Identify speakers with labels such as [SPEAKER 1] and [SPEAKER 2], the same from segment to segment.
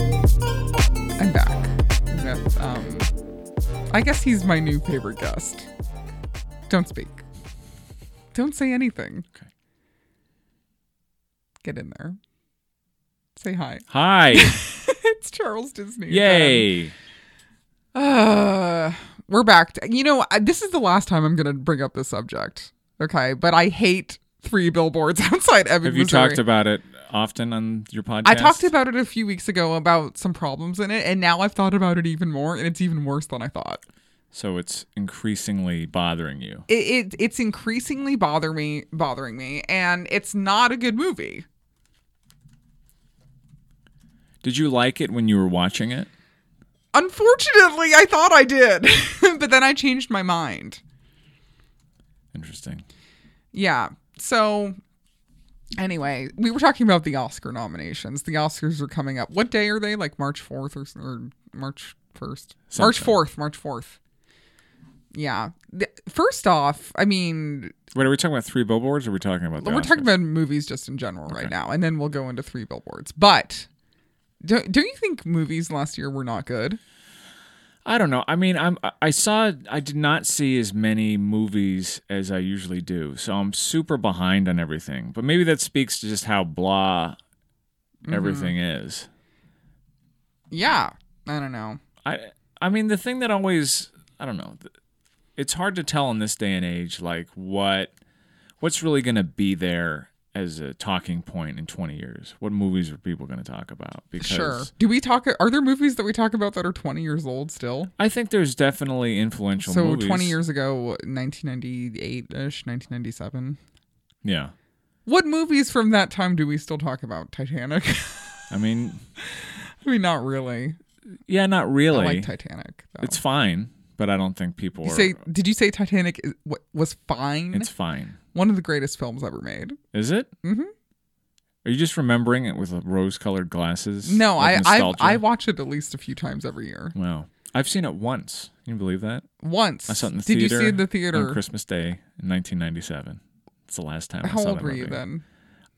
[SPEAKER 1] I'm back. With, um, I guess he's my new favorite guest. Don't speak. Don't say anything.
[SPEAKER 2] Okay.
[SPEAKER 1] Get in there. Say hi.
[SPEAKER 2] Hi.
[SPEAKER 1] it's Charles Disney. again.
[SPEAKER 2] Yay.
[SPEAKER 1] Uh, we're back. to- you know, I- this is the last time I'm going to bring up this subject. Okay, but I hate three billboards outside Evan.
[SPEAKER 2] Have you
[SPEAKER 1] Missouri.
[SPEAKER 2] talked about it often on your podcast?
[SPEAKER 1] I talked about it a few weeks ago about some problems in it, and now I've thought about it even more, and it's even worse than I thought.
[SPEAKER 2] So it's increasingly bothering you.
[SPEAKER 1] It, it it's increasingly bother me, bothering me, and it's not a good movie.
[SPEAKER 2] Did you like it when you were watching it?
[SPEAKER 1] Unfortunately, I thought I did, but then I changed my mind.
[SPEAKER 2] Interesting.
[SPEAKER 1] Yeah. So anyway, we were talking about the Oscar nominations. The Oscars are coming up. What day are they? Like March 4th or, s- or March 1st? March
[SPEAKER 2] Something.
[SPEAKER 1] 4th, March 4th. Yeah. The- First off, I mean,
[SPEAKER 2] Wait, are we talking about three billboards or are we talking about the
[SPEAKER 1] we're talking
[SPEAKER 2] Oscars?
[SPEAKER 1] about movies just in general right now, and then we'll go into three billboards. But don't, don't you think movies last year were not good?
[SPEAKER 2] I don't know. I mean, I'm I- I saw I did not see as many movies as I usually do. So I'm super behind on everything. But maybe that speaks to just how blah
[SPEAKER 1] Mm-hmm.
[SPEAKER 2] everything is.
[SPEAKER 1] Yeah. I don't know.
[SPEAKER 2] I I mean the thing that always I don't know. th- It's hard to tell in this day and age like what what's really going to be there as a talking point in 20 years. What movies are people going to talk about? Because
[SPEAKER 1] Sure. Do we talk? Are there movies that we talk about that are 20 years old still?
[SPEAKER 2] I think there's definitely influential
[SPEAKER 1] so
[SPEAKER 2] movies.
[SPEAKER 1] 20 years ago 1998-ish 1997
[SPEAKER 2] Yeah.
[SPEAKER 1] what movies from that time do we still talk about titanic
[SPEAKER 2] I mean,
[SPEAKER 1] i mean not really
[SPEAKER 2] yeah, not really.
[SPEAKER 1] i like titanic though.
[SPEAKER 2] It's fine, but I don't think people
[SPEAKER 1] you
[SPEAKER 2] are.
[SPEAKER 1] say did you say titanic is, wa- was fine
[SPEAKER 2] it's fine.
[SPEAKER 1] one of the greatest films ever made
[SPEAKER 2] Is it?
[SPEAKER 1] Mhm.
[SPEAKER 2] Are you just remembering it with rose-colored glasses?
[SPEAKER 1] no
[SPEAKER 2] like
[SPEAKER 1] i
[SPEAKER 2] nostalgia?
[SPEAKER 1] i i watch it at least a few times every year
[SPEAKER 2] Wow, I've seen it once. Can you believe that?
[SPEAKER 1] once
[SPEAKER 2] I saw it in the
[SPEAKER 1] did
[SPEAKER 2] theater.
[SPEAKER 1] you see it in the
[SPEAKER 2] on
[SPEAKER 1] theater
[SPEAKER 2] Christmas Day in 1997? It's the last time. I
[SPEAKER 1] how
[SPEAKER 2] saw
[SPEAKER 1] old
[SPEAKER 2] that
[SPEAKER 1] were you
[SPEAKER 2] movie.
[SPEAKER 1] then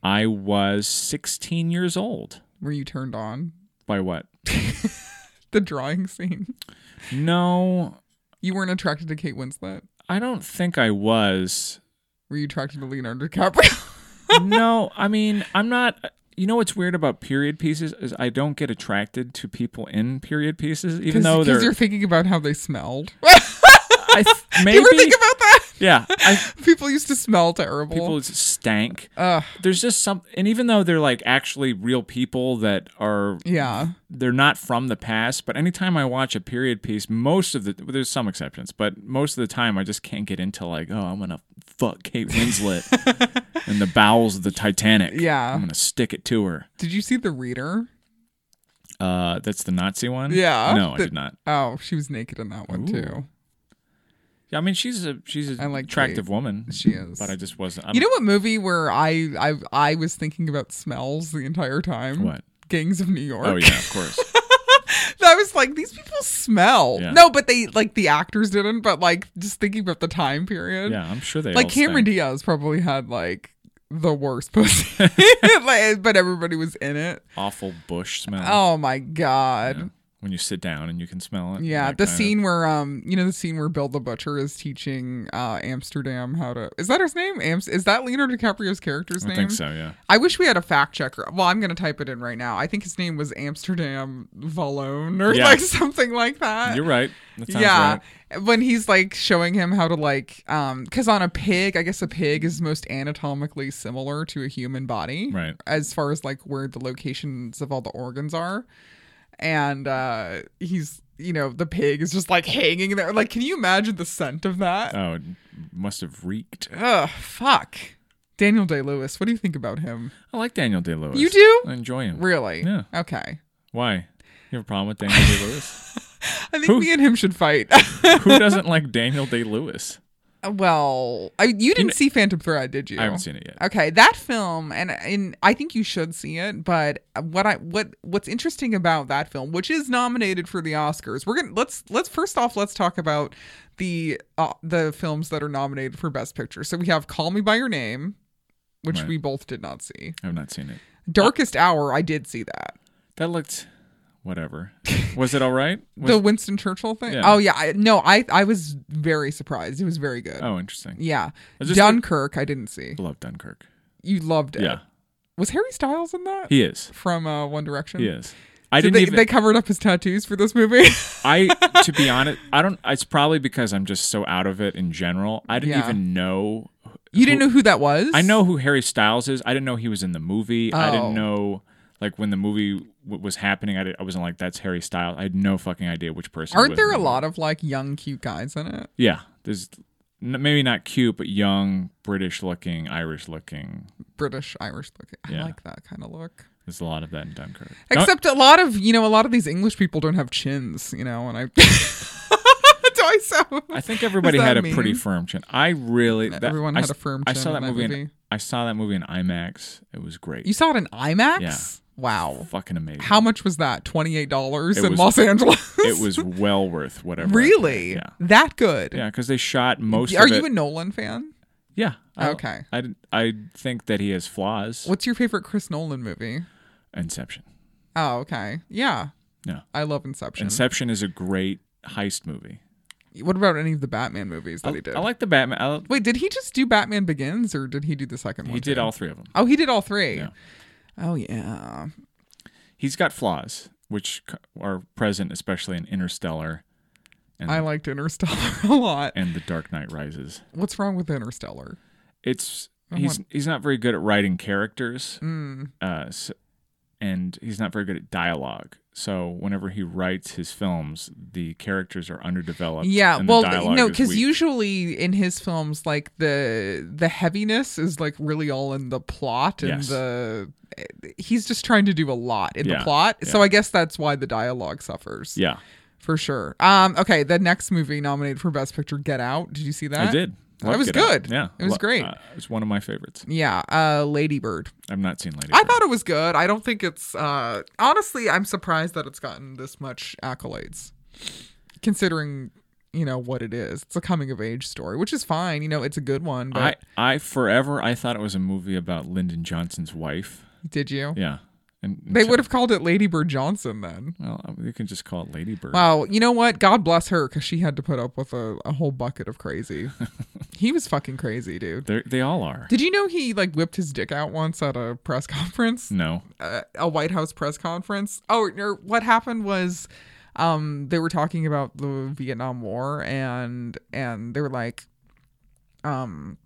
[SPEAKER 2] I was 16 years old.
[SPEAKER 1] were you turned on
[SPEAKER 2] By what?
[SPEAKER 1] the drawing scene
[SPEAKER 2] No,
[SPEAKER 1] you weren't attracted to kate winslet
[SPEAKER 2] I don't think I was.
[SPEAKER 1] were you attracted to leonardo dicaprio
[SPEAKER 2] no, I mean, I'm not. You know what's weird about period pieces is I don't get attracted to people in period pieces, even though
[SPEAKER 1] because
[SPEAKER 2] they're.
[SPEAKER 1] you're thinking about how they smelled
[SPEAKER 2] I th- maybe.
[SPEAKER 1] You ever think about that?
[SPEAKER 2] yeah, I,
[SPEAKER 1] People used to smell terrible.
[SPEAKER 2] people just stank.
[SPEAKER 1] Ugh,
[SPEAKER 2] There's just some, and even though they're like actually real people that are
[SPEAKER 1] yeah.
[SPEAKER 2] they're not from the past, but anytime I watch a period piece, most of the well, there's some exceptions, but most of the time I just can't get into like, oh, I'm gonna fuck Kate Winslet in the bowels of the Titanic.
[SPEAKER 1] Yeah.
[SPEAKER 2] I'm gonna stick it to her.
[SPEAKER 1] Did you see The Reader?
[SPEAKER 2] Uh, that's the Nazi one.
[SPEAKER 1] Yeah.
[SPEAKER 2] no,
[SPEAKER 1] The-
[SPEAKER 2] I did not.
[SPEAKER 1] Oh, she was naked in that one too.
[SPEAKER 2] Yeah, I mean she's a she's
[SPEAKER 1] I
[SPEAKER 2] an
[SPEAKER 1] like
[SPEAKER 2] attractive woman.
[SPEAKER 1] She is.
[SPEAKER 2] but I just wasn't. I'm,
[SPEAKER 1] You know what movie where I, I I was thinking about smells the entire time?
[SPEAKER 2] What?
[SPEAKER 1] Gangs of New York.
[SPEAKER 2] Oh yeah, of course.
[SPEAKER 1] I was like, these people smell.
[SPEAKER 2] Yeah.
[SPEAKER 1] No, but they like the actors didn't. But like just thinking about the time period.
[SPEAKER 2] yeah, I'm sure they
[SPEAKER 1] Like
[SPEAKER 2] all
[SPEAKER 1] Cameron
[SPEAKER 2] stank.
[SPEAKER 1] Diaz probably had like the worst pussy, like, but everybody was in it.
[SPEAKER 2] awful bush smell.
[SPEAKER 1] Oh my god.
[SPEAKER 2] Yeah. When you sit down and you can smell it.
[SPEAKER 1] Yeah,
[SPEAKER 2] that
[SPEAKER 1] the
[SPEAKER 2] kind of-
[SPEAKER 1] scene where um, you know, the scene where Bill the Butcher is teaching uh Amsterdam how to is that his name? Amst is that Leonardo DiCaprio's character's
[SPEAKER 2] I
[SPEAKER 1] name?
[SPEAKER 2] think so. Yeah.
[SPEAKER 1] I wish we had a fact checker. Well, I'm gonna type it in right now. I think his name was Amsterdam Valone or
[SPEAKER 2] Yeah.
[SPEAKER 1] like something like that.
[SPEAKER 2] You're right. That sounds
[SPEAKER 1] Uh, yeah,
[SPEAKER 2] right.
[SPEAKER 1] when he's like showing him how to like, um, because on a pig, I guess a pig is most anatomically similar to a human body,
[SPEAKER 2] Right.
[SPEAKER 1] As far as like where the locations of all the organs are, and uh, he's you know the pig is just like hanging there. Like, can you imagine the scent of that?
[SPEAKER 2] Oh, it must have reeked.
[SPEAKER 1] Ugh, fuck. Daniel Day Lewis, what do you think about him?
[SPEAKER 2] I like Daniel Day Lewis.
[SPEAKER 1] You do?
[SPEAKER 2] I enjoy him.
[SPEAKER 1] Really?
[SPEAKER 2] Yeah.
[SPEAKER 1] Okay.
[SPEAKER 2] Why? You have a problem with Daniel Day Lewis?
[SPEAKER 1] I think
[SPEAKER 2] Who-
[SPEAKER 1] me and him should fight.
[SPEAKER 2] Who doesn't like Daniel Day Lewis?
[SPEAKER 1] well, I, you didn't see Phantom Thread, did you?
[SPEAKER 2] I haven't seen it yet.
[SPEAKER 1] Okay, that film, and and I think you should see it. But what I what what's interesting about that film, which is nominated for the Oscars, we're gonna let's let's first off let's talk about the uh, the films that are nominated for Best Picture. So we have Call Me by Your Name, which
[SPEAKER 2] Right.
[SPEAKER 1] we both did not see.
[SPEAKER 2] I've not seen it.
[SPEAKER 1] Darkest Hour, I did see that.
[SPEAKER 2] That looked whatever. Was it all right? Was-
[SPEAKER 1] the Winston Churchill thing.
[SPEAKER 2] Yeah.
[SPEAKER 1] Oh yeah, I, no, I I was very surprised. It was very good.
[SPEAKER 2] oh, interesting.
[SPEAKER 1] Yeah,
[SPEAKER 2] I just-
[SPEAKER 1] Dunkirk, I didn't see.
[SPEAKER 2] Love Dunkirk.
[SPEAKER 1] You loved it.
[SPEAKER 2] Yeah,
[SPEAKER 1] Was Harry Styles in that
[SPEAKER 2] he is.
[SPEAKER 1] from uh, One Direction?
[SPEAKER 2] He is. I
[SPEAKER 1] So
[SPEAKER 2] didn't
[SPEAKER 1] they,
[SPEAKER 2] even.
[SPEAKER 1] they covered up his tattoos for this movie.
[SPEAKER 2] I to be honest, I don't. It's probably because I'm just so out of it in general. I didn't
[SPEAKER 1] Yeah.
[SPEAKER 2] even know.
[SPEAKER 1] you didn't know who that was?
[SPEAKER 2] I know who Harry Styles is. I didn't know he was in the movie. I
[SPEAKER 1] Oh.
[SPEAKER 2] didn't know like when the movie w- was happening. I, didn't, I wasn't like that's Harry Styles. I had no fucking idea which person.
[SPEAKER 1] Aren't
[SPEAKER 2] was
[SPEAKER 1] there
[SPEAKER 2] in
[SPEAKER 1] a
[SPEAKER 2] the-
[SPEAKER 1] lot of like young, cute guys in it?
[SPEAKER 2] Yeah, there's n- maybe not cute, but young, British looking, Irish looking.
[SPEAKER 1] British, Irish looking. I
[SPEAKER 2] Yeah.
[SPEAKER 1] like that kind of look.
[SPEAKER 2] There's a lot of that in Dunkirk. No,
[SPEAKER 1] Except a lot of you know, a lot of these English people don't have chins, you know, and I. Do I sound?
[SPEAKER 2] I think everybody
[SPEAKER 1] Does that
[SPEAKER 2] had a
[SPEAKER 1] mean-
[SPEAKER 2] pretty firm chin. I really that,
[SPEAKER 1] Everyone
[SPEAKER 2] I
[SPEAKER 1] had
[SPEAKER 2] s-
[SPEAKER 1] a firm
[SPEAKER 2] I
[SPEAKER 1] chin
[SPEAKER 2] saw
[SPEAKER 1] in
[SPEAKER 2] that
[SPEAKER 1] that
[SPEAKER 2] movie. In,
[SPEAKER 1] movie.
[SPEAKER 2] I saw that movie in IMAX. It was great.
[SPEAKER 1] You saw it in IMAX.
[SPEAKER 2] Yeah.
[SPEAKER 1] Wow.
[SPEAKER 2] Fucking amazing.
[SPEAKER 1] How much was that? Twenty eight dollars
[SPEAKER 2] It
[SPEAKER 1] in
[SPEAKER 2] was-
[SPEAKER 1] Los Angeles.
[SPEAKER 2] it was well worth whatever. I paid.
[SPEAKER 1] really
[SPEAKER 2] Yeah.
[SPEAKER 1] that good.
[SPEAKER 2] Yeah, because they shot most.
[SPEAKER 1] Are
[SPEAKER 2] of
[SPEAKER 1] you
[SPEAKER 2] it-
[SPEAKER 1] a Nolan fan?
[SPEAKER 2] Yeah. I-
[SPEAKER 1] Okay.
[SPEAKER 2] I, d- I think that he has flaws.
[SPEAKER 1] What's your favorite Chris Nolan movie?
[SPEAKER 2] Inception.
[SPEAKER 1] Oh, okay. Yeah.
[SPEAKER 2] Yeah.
[SPEAKER 1] I love Inception.
[SPEAKER 2] Inception is a great heist movie.
[SPEAKER 1] what about any of the Batman movies that Oh, he did?
[SPEAKER 2] I like the Batman. I,
[SPEAKER 1] Wait, did he just do Batman Begins or did he do the second one?
[SPEAKER 2] he did
[SPEAKER 1] too?
[SPEAKER 2] all three of them.
[SPEAKER 1] Oh, he did all three.
[SPEAKER 2] Yeah.
[SPEAKER 1] Oh yeah.
[SPEAKER 2] He's got flaws, which c- are present especially in Interstellar and,
[SPEAKER 1] I liked Interstellar a lot.
[SPEAKER 2] and The Dark Knight Rises.
[SPEAKER 1] What's wrong with Interstellar?
[SPEAKER 2] It's he's he's not very good at writing characters,
[SPEAKER 1] Mm.
[SPEAKER 2] uh, s and he's not very good at dialogue. So whenever he writes his films, the characters are underdeveloped.
[SPEAKER 1] Yeah,
[SPEAKER 2] and the
[SPEAKER 1] well,
[SPEAKER 2] dialogue
[SPEAKER 1] no,
[SPEAKER 2] is
[SPEAKER 1] because
[SPEAKER 2] weak.
[SPEAKER 1] usually in his films, like the the heaviness is like really all in the plot and
[SPEAKER 2] Yes.
[SPEAKER 1] the eh, he's just trying to do a lot in the
[SPEAKER 2] Yeah,
[SPEAKER 1] plot. So
[SPEAKER 2] yeah.
[SPEAKER 1] I guess that's why the dialogue suffers.
[SPEAKER 2] yeah,
[SPEAKER 1] for sure. Um, okay, the next movie nominated for Best Picture, Get Out. Did you see that?
[SPEAKER 2] I did.
[SPEAKER 1] That
[SPEAKER 2] Loved
[SPEAKER 1] was
[SPEAKER 2] Get Out.
[SPEAKER 1] good.
[SPEAKER 2] Yeah,
[SPEAKER 1] It was
[SPEAKER 2] Lo-
[SPEAKER 1] great.
[SPEAKER 2] uh, it's one of my favorites.
[SPEAKER 1] Yeah, uh, Lady Bird.
[SPEAKER 2] I've not seen Lady.
[SPEAKER 1] I
[SPEAKER 2] Bird.
[SPEAKER 1] thought it was good. I don't think it's. Uh, honestly, I'm surprised that it's gotten this much accolades, considering you know what it is. It's a coming of age story, which is fine. You know, it's a good one. But
[SPEAKER 2] I I forever I thought it was a movie about Lyndon Johnson's wife.
[SPEAKER 1] did you?
[SPEAKER 2] Yeah, and
[SPEAKER 1] They would have called it Lady Bird Johnson then.
[SPEAKER 2] Well, uh, you can just call it Lady Bird.
[SPEAKER 1] Wow, you know what? God bless her because she had to put up with a, a whole bucket of crazy. he was fucking crazy, dude.
[SPEAKER 2] They're, they all are.
[SPEAKER 1] Did you know he like whipped his dick out once at a press conference,
[SPEAKER 2] No.
[SPEAKER 1] uh, a White House press conference? Oh, or what happened was, um, they were talking about the Vietnam War and and they were like, um,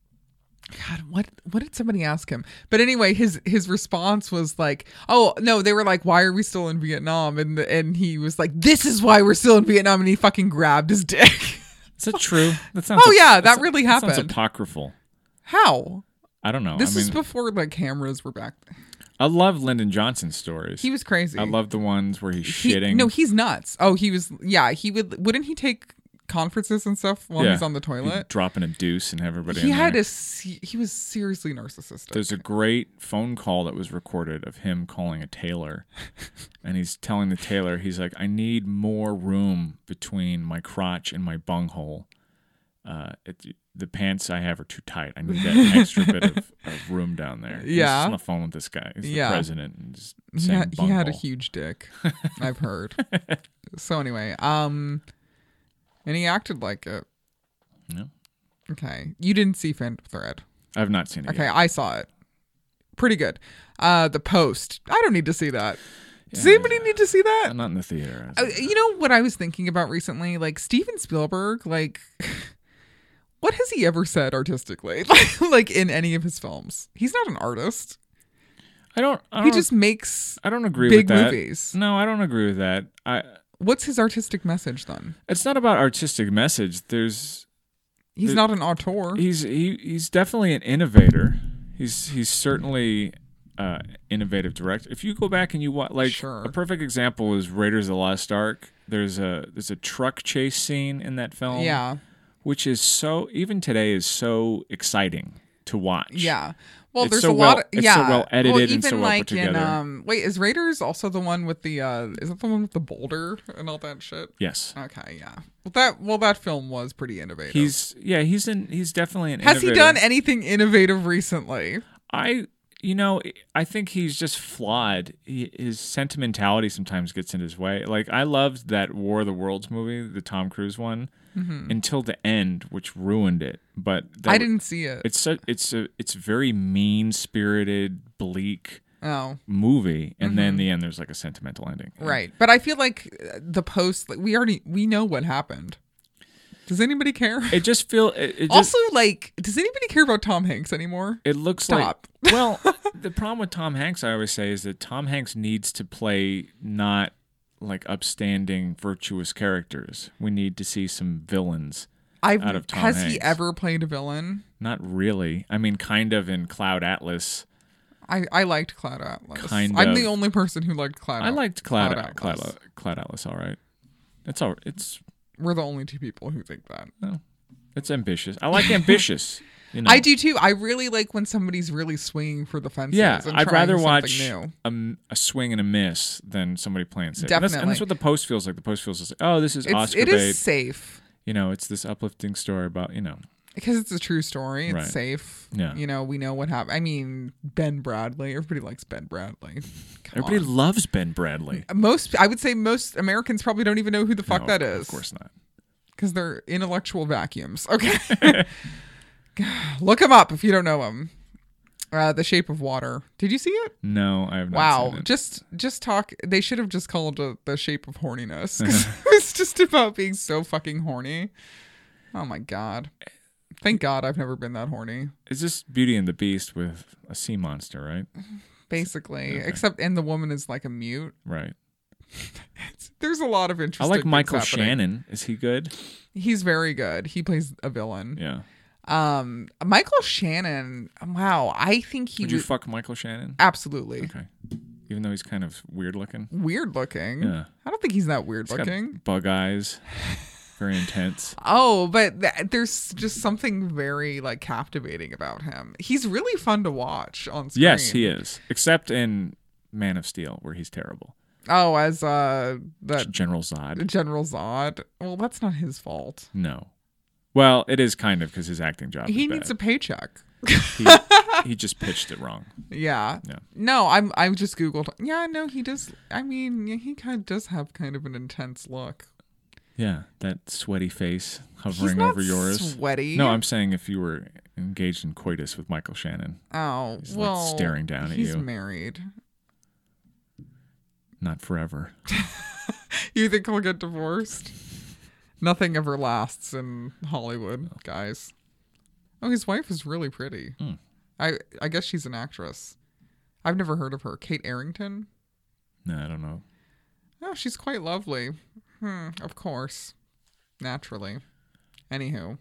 [SPEAKER 1] God, what what did somebody ask him? But anyway, his his response was like, oh no, they were like, why are we still in Vietnam? And the, and he was like, this is why we're still in Vietnam, and he fucking grabbed his dick.
[SPEAKER 2] Is that true? That sounds.
[SPEAKER 1] Oh, yeah, that really happened.
[SPEAKER 2] sounds apocryphal.
[SPEAKER 1] How?
[SPEAKER 2] I don't know.
[SPEAKER 1] This
[SPEAKER 2] I
[SPEAKER 1] is
[SPEAKER 2] mean,
[SPEAKER 1] before like cameras were back.
[SPEAKER 2] I love Lyndon Johnson stories.
[SPEAKER 1] He was crazy.
[SPEAKER 2] I love the ones where he's
[SPEAKER 1] He-
[SPEAKER 2] shitting.
[SPEAKER 1] No, he's nuts. Oh, he was. Yeah, he would. Wouldn't he take conferences and stuff while
[SPEAKER 2] Yeah.
[SPEAKER 1] he's on the toilet?
[SPEAKER 2] dropping a deuce and everybody.
[SPEAKER 1] He
[SPEAKER 2] in
[SPEAKER 1] had
[SPEAKER 2] there.
[SPEAKER 1] a. se- He was seriously narcissistic.
[SPEAKER 2] There's a great phone call that was recorded of him calling a tailor, and he's telling the tailor, he's like, "I need more room between my crotch and my bunghole. Uh, it, the pants I have are too tight. I need that extra bit of, of room down there." He's
[SPEAKER 1] Yeah.
[SPEAKER 2] just on the phone with this guy. He's
[SPEAKER 1] Yeah.
[SPEAKER 2] the president. And just
[SPEAKER 1] he
[SPEAKER 2] saying
[SPEAKER 1] had, he had a
[SPEAKER 2] bunghole.
[SPEAKER 1] huge dick. I've heard. so anyway, um, and he acted like it.
[SPEAKER 2] No.
[SPEAKER 1] Okay, you didn't see Phantom Thread.
[SPEAKER 2] I've not seen it.
[SPEAKER 1] Okay,
[SPEAKER 2] Yet.
[SPEAKER 1] I saw it. Pretty good. Uh, the Post. I don't need to see that. Does anybody need to see that?
[SPEAKER 2] I'm not in the theater.
[SPEAKER 1] Uh, you know what I was thinking about recently? Like Steven Spielberg, like what has he ever said artistically? like in any of his films? He's not an artist.
[SPEAKER 2] I don't. I don't,
[SPEAKER 1] He just makes
[SPEAKER 2] I don't agree
[SPEAKER 1] big
[SPEAKER 2] with that.
[SPEAKER 1] movies.
[SPEAKER 2] No, I don't agree with that. I.
[SPEAKER 1] What's his artistic message then?
[SPEAKER 2] It's not about artistic message. There's
[SPEAKER 1] He's not an auteur.
[SPEAKER 2] he's he, he's definitely an innovator. He's he's certainly uh, innovative director. If you go back and you watch, like
[SPEAKER 1] Sure.
[SPEAKER 2] a perfect example is Raiders of the Lost Ark. There's a there's a truck chase scene in that film.
[SPEAKER 1] yeah.
[SPEAKER 2] Which is so even today is so exciting to watch.
[SPEAKER 1] Yeah. Well,
[SPEAKER 2] It's
[SPEAKER 1] there's
[SPEAKER 2] so
[SPEAKER 1] a
[SPEAKER 2] well-
[SPEAKER 1] lot. Of,
[SPEAKER 2] it's so
[SPEAKER 1] yeah.
[SPEAKER 2] well edited
[SPEAKER 1] well,
[SPEAKER 2] and
[SPEAKER 1] even
[SPEAKER 2] so well put
[SPEAKER 1] like in
[SPEAKER 2] together.
[SPEAKER 1] um, wait, is Raiders also the one with the uh, is that the one with the boulder and all that shit?
[SPEAKER 2] Yes.
[SPEAKER 1] Okay, yeah. Well, that well that film was pretty innovative.
[SPEAKER 2] He's yeah, he's in he's definitely an
[SPEAKER 1] has he
[SPEAKER 2] innovator.
[SPEAKER 1] done anything innovative recently?
[SPEAKER 2] I you know I think he's just flawed. He, his sentimentality sometimes gets in his way. Like I loved that War of the Worlds movie, the Tom Cruise one, until the end, which ruined it. But that,
[SPEAKER 1] Mm-hmm. I didn't see it.
[SPEAKER 2] It's a, it's a it's very mean spirited, bleak
[SPEAKER 1] Oh,
[SPEAKER 2] movie, and then in the end there's like a sentimental ending.
[SPEAKER 1] Mm-hmm. right. But I feel like uh, the post like, we already we know what happened. Does anybody care?
[SPEAKER 2] It just feel it, it just
[SPEAKER 1] also, like, does anybody care about Tom Hanks anymore?
[SPEAKER 2] It looks
[SPEAKER 1] Stop.
[SPEAKER 2] like well, the problem with Tom Hanks, I always say, is that Tom Hanks needs to play not like upstanding, virtuous characters. We need to see some villains.
[SPEAKER 1] I've
[SPEAKER 2] Out of Tom
[SPEAKER 1] has he
[SPEAKER 2] Hanks.
[SPEAKER 1] ever played a villain?
[SPEAKER 2] Not really. I mean, kind of in Cloud Atlas.
[SPEAKER 1] I, I liked Cloud Atlas.
[SPEAKER 2] Kind
[SPEAKER 1] I'm
[SPEAKER 2] of.
[SPEAKER 1] the only person who liked Cloud.
[SPEAKER 2] I
[SPEAKER 1] Atlas.
[SPEAKER 2] liked Cloud
[SPEAKER 1] Oh, Cloud
[SPEAKER 2] Cloud, Cloud,
[SPEAKER 1] Atlas.
[SPEAKER 2] Cloud Atlas. All right, it's all. It's
[SPEAKER 1] We're the only two people who think that.
[SPEAKER 2] it's ambitious. I like ambitious. You know,
[SPEAKER 1] I do too. I really like when somebody's really swinging for the fences.
[SPEAKER 2] Yeah,
[SPEAKER 1] and
[SPEAKER 2] I'd
[SPEAKER 1] trying
[SPEAKER 2] rather
[SPEAKER 1] something
[SPEAKER 2] watch
[SPEAKER 1] New.
[SPEAKER 2] a, m- a swing and a miss than somebody playing safe. And that's, and that's
[SPEAKER 1] Definitely.
[SPEAKER 2] what the post feels like. The post feels like, oh, this is
[SPEAKER 1] It's,
[SPEAKER 2] Oscar
[SPEAKER 1] it
[SPEAKER 2] bait.
[SPEAKER 1] is safe
[SPEAKER 2] You know, it's this uplifting story about you know
[SPEAKER 1] because it's a true story. It's
[SPEAKER 2] Right.
[SPEAKER 1] safe.
[SPEAKER 2] Yeah.
[SPEAKER 1] You know, we know what happened. I mean, Ben Bradley. Everybody likes Ben Bradley. Come
[SPEAKER 2] Everybody loves Ben Bradley.
[SPEAKER 1] on. Most, I would say, most Americans probably don't even know who the fuck
[SPEAKER 2] No,
[SPEAKER 1] that is.
[SPEAKER 2] Of course not.
[SPEAKER 1] because they're intellectual vacuums. Okay. Look him up if you don't know him. Uh, the Shape of Water. Did you see it?
[SPEAKER 2] No, I have not.
[SPEAKER 1] Wow.
[SPEAKER 2] seen it.
[SPEAKER 1] Just just talk. They should have just called it The Shape of Horniness. 'cause it was just about being so fucking horny. Oh my god. Thank God I've never been that horny.
[SPEAKER 2] It's just Beauty and the Beast with a sea monster, right?
[SPEAKER 1] Basically,
[SPEAKER 2] Okay.
[SPEAKER 1] except and the woman is like a mute.
[SPEAKER 2] Right.
[SPEAKER 1] There's a lot of
[SPEAKER 2] I
[SPEAKER 1] interesting.
[SPEAKER 2] like
[SPEAKER 1] things
[SPEAKER 2] Michael
[SPEAKER 1] happening.
[SPEAKER 2] Shannon. Is he good?
[SPEAKER 1] He's very good. He plays a villain.
[SPEAKER 2] Yeah.
[SPEAKER 1] Um, Michael Shannon. Wow, I think he
[SPEAKER 2] Would you
[SPEAKER 1] was-
[SPEAKER 2] fuck Michael
[SPEAKER 1] Ah.
[SPEAKER 2] Shannon?
[SPEAKER 1] Absolutely.
[SPEAKER 2] Okay. Even though he's kind of weird looking.
[SPEAKER 1] Weird looking.
[SPEAKER 2] Yeah.
[SPEAKER 1] I don't think he's that weird
[SPEAKER 2] He's got
[SPEAKER 1] looking.
[SPEAKER 2] bug eyes. Very intense.
[SPEAKER 1] Oh, but th- there's just something very like captivating about him. He's really fun to watch on screen.
[SPEAKER 2] Yes, he is. Except in Man of Steel, where he's terrible.
[SPEAKER 1] Oh, as uh that
[SPEAKER 2] General Zod.
[SPEAKER 1] General Zod. Well, that's not his fault.
[SPEAKER 2] No. Well, it is kind of because his acting job.
[SPEAKER 1] He
[SPEAKER 2] is
[SPEAKER 1] needs a
[SPEAKER 2] bad.
[SPEAKER 1] paycheck.
[SPEAKER 2] he, he just pitched it wrong.
[SPEAKER 1] Yeah.
[SPEAKER 2] Yeah.
[SPEAKER 1] No, I'm I just googled. Yeah, no, he does. I mean, yeah, he kind of does have kind of an intense look.
[SPEAKER 2] Yeah, that sweaty face
[SPEAKER 1] He's
[SPEAKER 2] hovering
[SPEAKER 1] not
[SPEAKER 2] over yours.
[SPEAKER 1] sweaty.
[SPEAKER 2] No, I'm saying if you were engaged in coitus with Michael Shannon,
[SPEAKER 1] Oh,
[SPEAKER 2] He's, like,
[SPEAKER 1] well,
[SPEAKER 2] staring down at
[SPEAKER 1] he's
[SPEAKER 2] you.
[SPEAKER 1] married.
[SPEAKER 2] not forever.
[SPEAKER 1] You think he'll get divorced? Nothing ever lasts in Hollywood, guys. Oh, his wife is really pretty.
[SPEAKER 2] Hmm.
[SPEAKER 1] I I guess she's an actress. I've never heard of her. Kate Arrington?
[SPEAKER 2] No, I don't know.
[SPEAKER 1] Oh, she's quite lovely. Hmm, of course. Naturally. Anywho.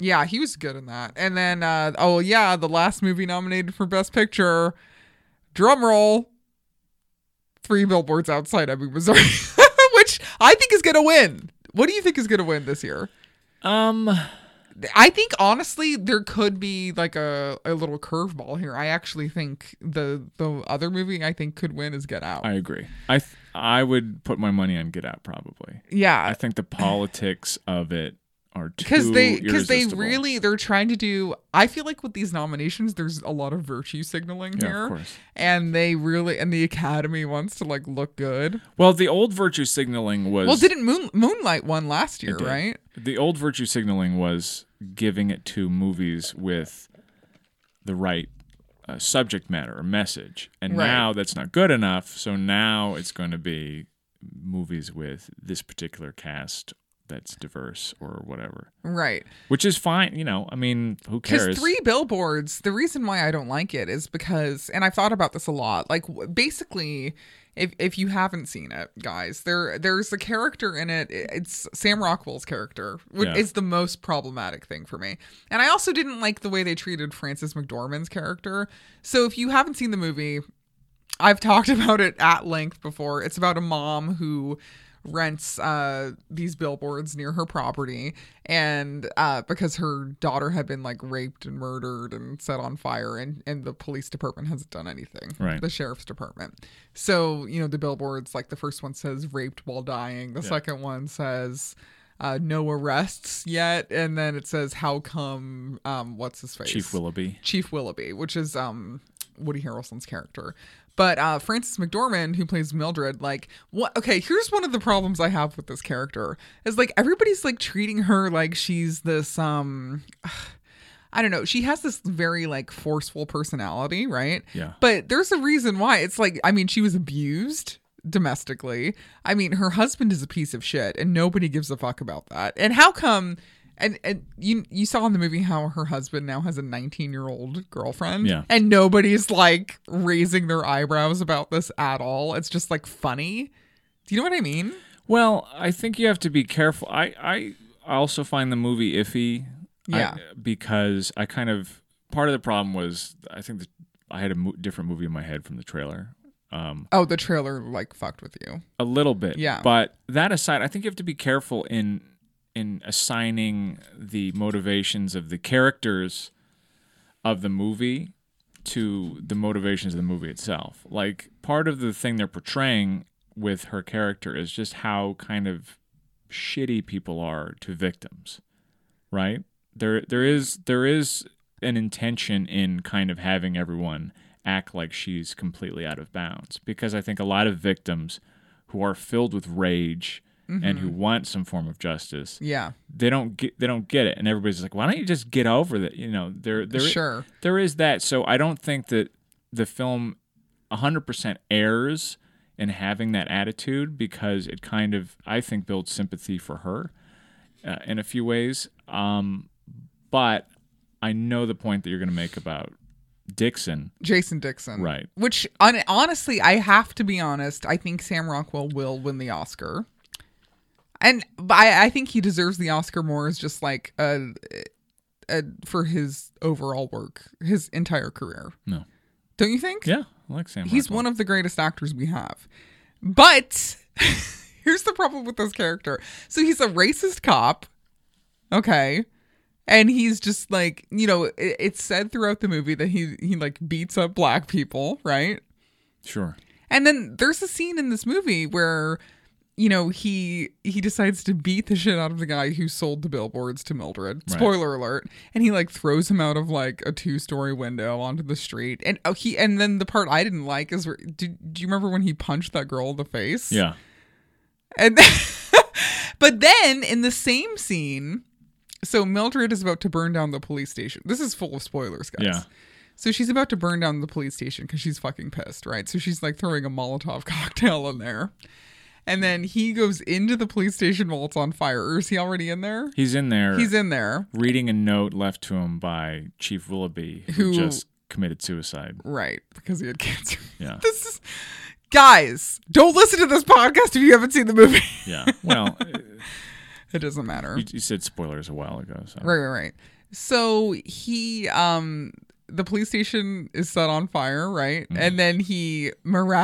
[SPEAKER 1] Yeah, he was good in that. And then uh oh yeah, the last movie nominated for Best Picture. Drum roll. Three billboards outside Ebbing, Missouri. Which I think is gonna win. What do you think is gonna win this year?
[SPEAKER 2] Um,
[SPEAKER 1] I think honestly there could be like a, a little curveball here. I actually think the the other movie I think could win is Get Out.
[SPEAKER 2] I agree. I th- I would put my money on Get Out probably.
[SPEAKER 1] yeah,
[SPEAKER 2] I think the politics of it are too
[SPEAKER 1] because they because they
[SPEAKER 2] irresistible.
[SPEAKER 1] really they're trying to do i feel like with these nominations there's a lot of virtue signaling
[SPEAKER 2] yeah, of
[SPEAKER 1] here
[SPEAKER 2] course.
[SPEAKER 1] and they really and the academy wants to like look good
[SPEAKER 2] Well, the old virtue signaling was
[SPEAKER 1] well didn't Moon, moonlight won last year
[SPEAKER 2] did.
[SPEAKER 1] right
[SPEAKER 2] the old virtue signaling was giving it to movies with the right uh, subject matter or message and
[SPEAKER 1] Right.
[SPEAKER 2] now that's not good enough so now it's going to be movies with this particular cast that's diverse or whatever
[SPEAKER 1] right
[SPEAKER 2] which is fine you know i mean who
[SPEAKER 1] because
[SPEAKER 2] cares
[SPEAKER 1] three billboards the reason why i don't like it is because and i've thought about this a lot like w- basically if, if you haven't seen it guys there there's a character in it i- it's sam rockwell's character which
[SPEAKER 2] Yeah.
[SPEAKER 1] is the most problematic thing for me and i also didn't like the way they treated francis mcdormand's character so if you haven't seen the movie I've talked about it at length before. It's about a mom who rents uh, these billboards near her property, and uh, because her daughter had been like raped and murdered and set on fire, and and the police department hasn't done anything,
[SPEAKER 2] Right.
[SPEAKER 1] The sheriff's department. So you know the billboards, like the first one says "raped while dying," the second one says. Uh, no arrests yet, and then it says, "How come? Um, what's his face?
[SPEAKER 2] Chief Willoughby.
[SPEAKER 1] Chief Willoughby, which is um Woody Harrelson's character. But uh, Frances McDormand, who plays Mildred, like what? Okay, here's one of the problems I have with this character is like everybody's like treating her like she's this um. I don't know. She has this very like forceful personality, right?
[SPEAKER 2] Yeah.
[SPEAKER 1] But there's a reason why. It's like, I mean, she was abused domestically. I mean, her husband is a piece of shit and nobody gives a fuck about that. And how come and, and you you saw in the movie how her husband now has a 19 year old girlfriend
[SPEAKER 2] Yeah.
[SPEAKER 1] and nobody's like raising their eyebrows about this at all. It's just like funny. Do you know what I mean?
[SPEAKER 2] Well, I think you have to be careful. I I also find the movie iffy. I-
[SPEAKER 1] Yeah.
[SPEAKER 2] because I kind of part of the problem was I think that I had a mo- different movie in my head from the trailer. Um,
[SPEAKER 1] Oh, the trailer like fucked with you.
[SPEAKER 2] a little bit
[SPEAKER 1] Yeah.
[SPEAKER 2] but that aside i think you have to be careful in in assigning the motivations of the characters of the movie to the motivations of the movie itself like part of the thing they're portraying with her character is just how kind of shitty people are to victims right there there is there is an intention in kind of having everyone act like she's completely out of bounds because i think a lot of victims who are filled with rage and who want some form of justice
[SPEAKER 1] Yeah,
[SPEAKER 2] they don't get they don't get it and everybody's like why don't you just get over that you know there there
[SPEAKER 1] sure.
[SPEAKER 2] there is that so i don't think that the film 100% errs in having that attitude because it kind of i think builds sympathy for her uh, in a few ways um, but i know the point that you're going to make about dixon
[SPEAKER 1] Jason Dixon.
[SPEAKER 2] Right.
[SPEAKER 1] Which on, honestly, I have to be honest. I think Sam Rockwell will win the Oscar, and but I, I think he deserves the Oscar more as just like uh uh for his overall work, his entire career.
[SPEAKER 2] No.
[SPEAKER 1] don't you think?
[SPEAKER 2] yeah i like sam
[SPEAKER 1] He's one of the greatest actors we have. But here's the problem with this character. So he's a racist cop. Okay. And he's just like, you know, it, it's said throughout the movie that he he like beats up black people, right?
[SPEAKER 2] sure
[SPEAKER 1] And then there's a scene in this movie where you know, he he decides to beat the shit out of the guy who sold the billboards to Mildred. Spoiler alert. And he like throws him out of like a two-story window onto the street. And oh, he and then the part I didn't like is where, did, do you remember when he punched that girl in the face?
[SPEAKER 2] yeah
[SPEAKER 1] And but then in the same scene, so Mildred is about to burn down the police station. This is full of spoilers, guys.
[SPEAKER 2] Yeah.
[SPEAKER 1] So she's about to burn down the police station because she's fucking pissed, right? So she's like throwing a Molotov cocktail in there. And then he goes into the police station while it's on fire. Or is he already in there?
[SPEAKER 2] he's in there
[SPEAKER 1] He's in there.
[SPEAKER 2] reading a note left to him by chief willoughby who,
[SPEAKER 1] Who-
[SPEAKER 2] just committed suicide
[SPEAKER 1] Right. Because he had cancer.
[SPEAKER 2] yeah
[SPEAKER 1] This is. Guys, don't listen to this podcast if you haven't seen the movie.
[SPEAKER 2] yeah well
[SPEAKER 1] It doesn't matter.
[SPEAKER 2] you, you said spoilers a while ago so
[SPEAKER 1] Right, right, right. So he, um, the police station is set on fire, right?
[SPEAKER 2] Mm-hmm.
[SPEAKER 1] And then he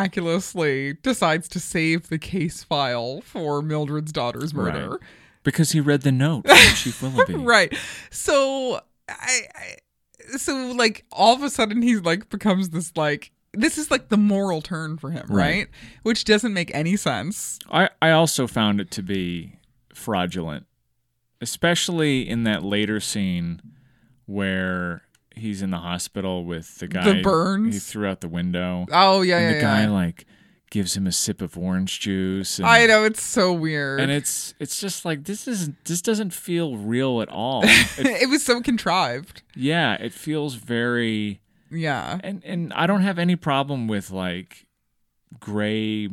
[SPEAKER 1] miraculously decides to save the case file for Mildred's daughter's murder.
[SPEAKER 2] Because he read the note from Chief Willoughby.
[SPEAKER 1] Right. So I, I, so like all of a sudden he like becomes this like this is like the moral turn for him,
[SPEAKER 2] Right.
[SPEAKER 1] right? Which doesn't make any sense.
[SPEAKER 2] I, I also found it to be fraudulent, especially in that later scene where he's in the hospital with the guy.
[SPEAKER 1] burns?
[SPEAKER 2] He threw out the window.
[SPEAKER 1] Oh yeah, yeah,
[SPEAKER 2] and the guy,
[SPEAKER 1] yeah.
[SPEAKER 2] like, gives him a sip of orange juice. And,
[SPEAKER 1] I know it's so weird.
[SPEAKER 2] And it's it's just like this is this doesn't feel real at all. It-
[SPEAKER 1] it was so contrived.
[SPEAKER 2] yeah, it feels very
[SPEAKER 1] Yeah.
[SPEAKER 2] and and I don't have any problem with like gray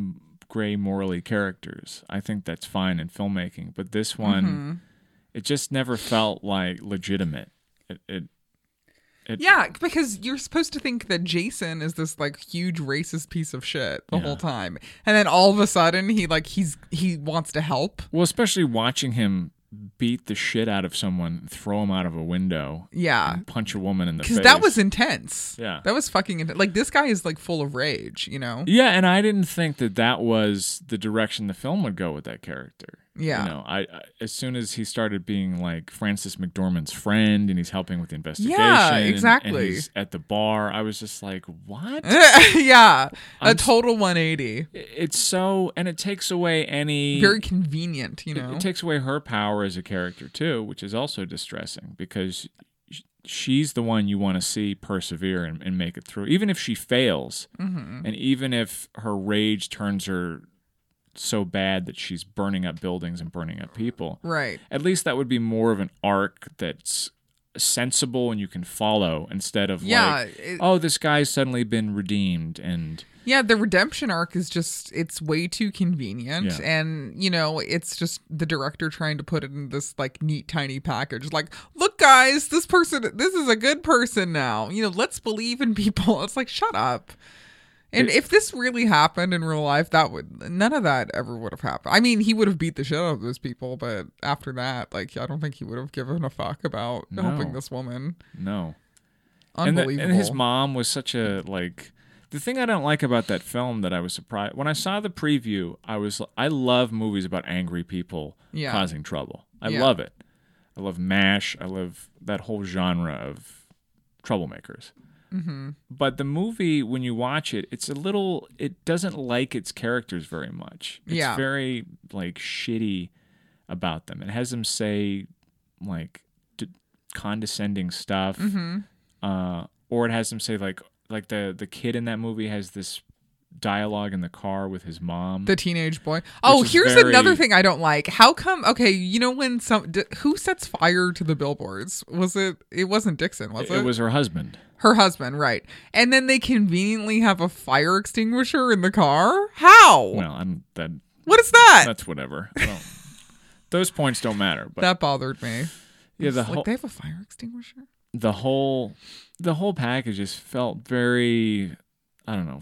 [SPEAKER 2] gray morally characters. I think that's fine in filmmaking, but this
[SPEAKER 1] Mm-hmm.
[SPEAKER 2] one it just never felt like legitimate. It, it
[SPEAKER 1] Yeah, because you're supposed to think that Jason is this like huge racist piece of shit the
[SPEAKER 2] Yeah.
[SPEAKER 1] whole time. And then all of a sudden he like he's he wants to help.
[SPEAKER 2] well, especially watching him beat the shit out of someone, throw him out of a window,
[SPEAKER 1] Yeah.
[SPEAKER 2] and punch a woman in the Mm-hmm. face.
[SPEAKER 1] Because that was intense.
[SPEAKER 2] Yeah.
[SPEAKER 1] That was fucking intense. Like, this guy is like full of rage, you know?
[SPEAKER 2] Yeah, and I didn't think that that was the direction the film would go with that character.
[SPEAKER 1] Yeah.
[SPEAKER 2] You know, I, I as soon as he started being like Francis McDormand's friend and he's helping with the investigation, and- and
[SPEAKER 1] exactly. Eh.
[SPEAKER 2] he's at the bar, I was just like, "What?"
[SPEAKER 1] yeah. a
[SPEAKER 2] I'm s-
[SPEAKER 1] total 180.
[SPEAKER 2] it's so and it takes away any
[SPEAKER 1] Very convenient, you
[SPEAKER 2] it-
[SPEAKER 1] know?
[SPEAKER 2] it takes away her power as a character too, which is also distressing because sh- she's the one you want to see persevere and, and make it through, even if she fails,
[SPEAKER 1] Mhm.
[SPEAKER 2] and even if her rage turns her so bad that she's burning up buildings and burning up people.
[SPEAKER 1] Right.
[SPEAKER 2] At least that would be more of an arc that's sensible and you can follow instead of
[SPEAKER 1] Yeah.
[SPEAKER 2] like,
[SPEAKER 1] it-
[SPEAKER 2] oh, this guy's suddenly been redeemed and
[SPEAKER 1] yeah. The redemption arc is just, it's way too convenient.
[SPEAKER 2] Yeah.
[SPEAKER 1] And, you know, it's just the director trying to put it in this like neat, tiny package. Like, look, guys, this person, this is a good person now. You know, let's believe in people. It's like, shut up. And
[SPEAKER 2] It-
[SPEAKER 1] if this really happened in real life, that would none of that ever would have happened. I mean, he would have beat the shit out of those people, but after that, like I don't think he would have given a fuck about
[SPEAKER 2] No.
[SPEAKER 1] helping this woman.
[SPEAKER 2] no. And, the-
[SPEAKER 1] Unbelievable.
[SPEAKER 2] and his mom was such a like. The thing I don't like about that film that I was surprised when I saw the preview, I was I love movies about angry people
[SPEAKER 1] Yeah.
[SPEAKER 2] causing trouble. I
[SPEAKER 1] Yeah.
[SPEAKER 2] love it. I love Mash. I love that whole genre of troublemakers.
[SPEAKER 1] Mm-hmm.
[SPEAKER 2] But the movie, when you watch it, it's a little. It doesn't like its characters very much. It's
[SPEAKER 1] Yeah.
[SPEAKER 2] very like shitty about them. It has them say like d- condescending stuff
[SPEAKER 1] Mm-hmm.
[SPEAKER 2] uh, or it has them say like like the the kid in that movie has this dialogue in the car with his mom.
[SPEAKER 1] the teenage boy. Oh,
[SPEAKER 2] is
[SPEAKER 1] here's
[SPEAKER 2] very-
[SPEAKER 1] another thing I don't like. How come? Okay, you know when some d- who sets fire to the billboards? Was it? It wasn't Dixon, was
[SPEAKER 2] it,
[SPEAKER 1] it?
[SPEAKER 2] was her husband.
[SPEAKER 1] her husband, right? And then they conveniently have a fire extinguisher in the car. How?
[SPEAKER 2] Well, I'm that
[SPEAKER 1] what is that?
[SPEAKER 2] that's whatever. I don't- those points don't matter. But
[SPEAKER 1] that bothered me.
[SPEAKER 2] yeah, the
[SPEAKER 1] It's like
[SPEAKER 2] whole
[SPEAKER 1] they have a fire extinguisher.
[SPEAKER 2] the whole the whole package just felt very I don't know.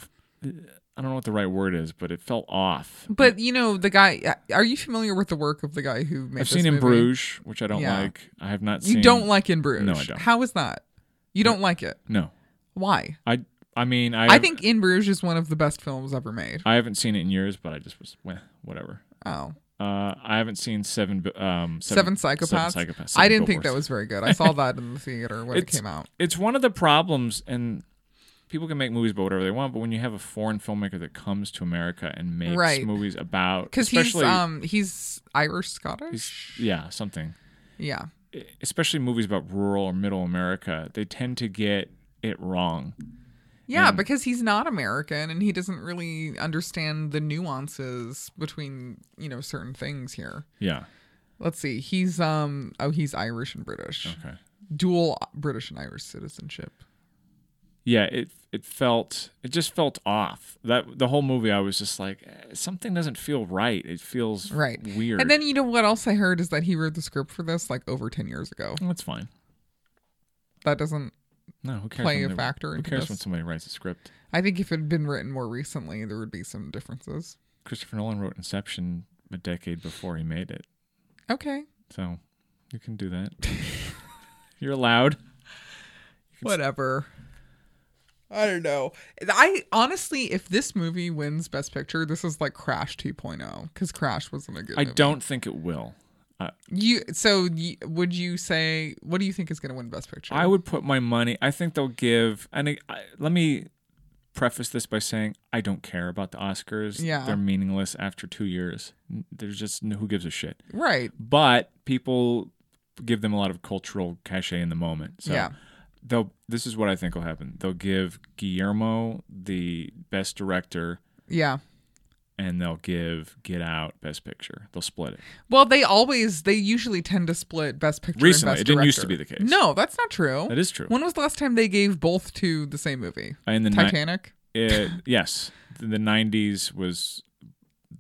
[SPEAKER 2] I don't know what the right word is, but it felt off.
[SPEAKER 1] But you know the guy. uh, Are you familiar with the work of the guy who made? this
[SPEAKER 2] I've seen in
[SPEAKER 1] movie?
[SPEAKER 2] Bruges, which I don't
[SPEAKER 1] Yeah.
[SPEAKER 2] like. I have not
[SPEAKER 1] You
[SPEAKER 2] seen.
[SPEAKER 1] don't like in Bruges.
[SPEAKER 2] No, I don't.
[SPEAKER 1] How is that? You don't like it.
[SPEAKER 2] No,
[SPEAKER 1] Why?
[SPEAKER 2] I. I mean, I.
[SPEAKER 1] I
[SPEAKER 2] have-
[SPEAKER 1] think In Bruges is one of the best films ever made.
[SPEAKER 2] I haven't seen it in years, but I just was well, whatever.
[SPEAKER 1] Oh,
[SPEAKER 2] Uh, I haven't seen seven. bi- Um,
[SPEAKER 1] Seven Psychopaths.
[SPEAKER 2] Seven psychopaths.
[SPEAKER 1] I
[SPEAKER 2] Seven
[SPEAKER 1] didn't think that
[SPEAKER 2] Billboards.
[SPEAKER 1] was very good. I saw that in the theater when it
[SPEAKER 2] It's-
[SPEAKER 1] came out.
[SPEAKER 2] It's one of the problems, and people can make movies about whatever they want. But when you have a foreign filmmaker that comes to America and makes
[SPEAKER 1] Right.
[SPEAKER 2] movies about,
[SPEAKER 1] Because he's
[SPEAKER 2] especially-
[SPEAKER 1] um he's Irish Scottish.
[SPEAKER 2] he's- yeah, something. e,
[SPEAKER 1] yeah.
[SPEAKER 2] Especially movies about rural or middle America, they tend to get it wrong.
[SPEAKER 1] Yeah, because he's not American and he doesn't really understand the nuances between, you know, certain things here.
[SPEAKER 2] Yeah.
[SPEAKER 1] Let's see. He's um oh, he's Irish and British.
[SPEAKER 2] Okay.
[SPEAKER 1] Dual British and Irish citizenship.
[SPEAKER 2] yeah it it felt it just felt off that the whole movie i was just like eh, something doesn't feel right it feels
[SPEAKER 1] Right.
[SPEAKER 2] weird
[SPEAKER 1] And then you know what else I heard is that he wrote the script for this like over 10 years ago.
[SPEAKER 2] that's fine
[SPEAKER 1] That doesn't
[SPEAKER 2] no who cares
[SPEAKER 1] Play
[SPEAKER 2] when
[SPEAKER 1] a
[SPEAKER 2] they-
[SPEAKER 1] factor
[SPEAKER 2] who
[SPEAKER 1] into
[SPEAKER 2] cares
[SPEAKER 1] this.
[SPEAKER 2] when somebody writes a script
[SPEAKER 1] I think if it had been written more recently there would be some differences.
[SPEAKER 2] christopher nolan wrote inception a decade before he made it
[SPEAKER 1] Okay.
[SPEAKER 2] so you can do that you're allowed
[SPEAKER 1] Whatever. I don't know. I honestly if this movie wins best picture this is like Crash 2.0 cuz Crash wasn't a good
[SPEAKER 2] i
[SPEAKER 1] movie.
[SPEAKER 2] don't think it will
[SPEAKER 1] You so y- would you say what do you think is going to win best picture?
[SPEAKER 2] I would put my money. I think they'll give. And I, I, let me preface this by saying I don't care about the Oscars.
[SPEAKER 1] Yeah.
[SPEAKER 2] they're meaningless after two years. N- There's just no- who gives a shit.
[SPEAKER 1] right.
[SPEAKER 2] But people give them a lot of cultural cachet in the moment. So
[SPEAKER 1] Yeah.
[SPEAKER 2] they'll. This is what I think will happen. They'll give Guillermo the best director,
[SPEAKER 1] Yeah.
[SPEAKER 2] and they'll give Get Out best picture. They'll split it.
[SPEAKER 1] Well, they always they usually tend to split best picture.
[SPEAKER 2] Recently,
[SPEAKER 1] and best
[SPEAKER 2] it didn't used
[SPEAKER 1] Director.
[SPEAKER 2] to be the case.
[SPEAKER 1] No, that's not true.
[SPEAKER 2] That is true.
[SPEAKER 1] When was the last time they gave both to the same movie?
[SPEAKER 2] In the ni-
[SPEAKER 1] Titanic.
[SPEAKER 2] it, yes, the '90s was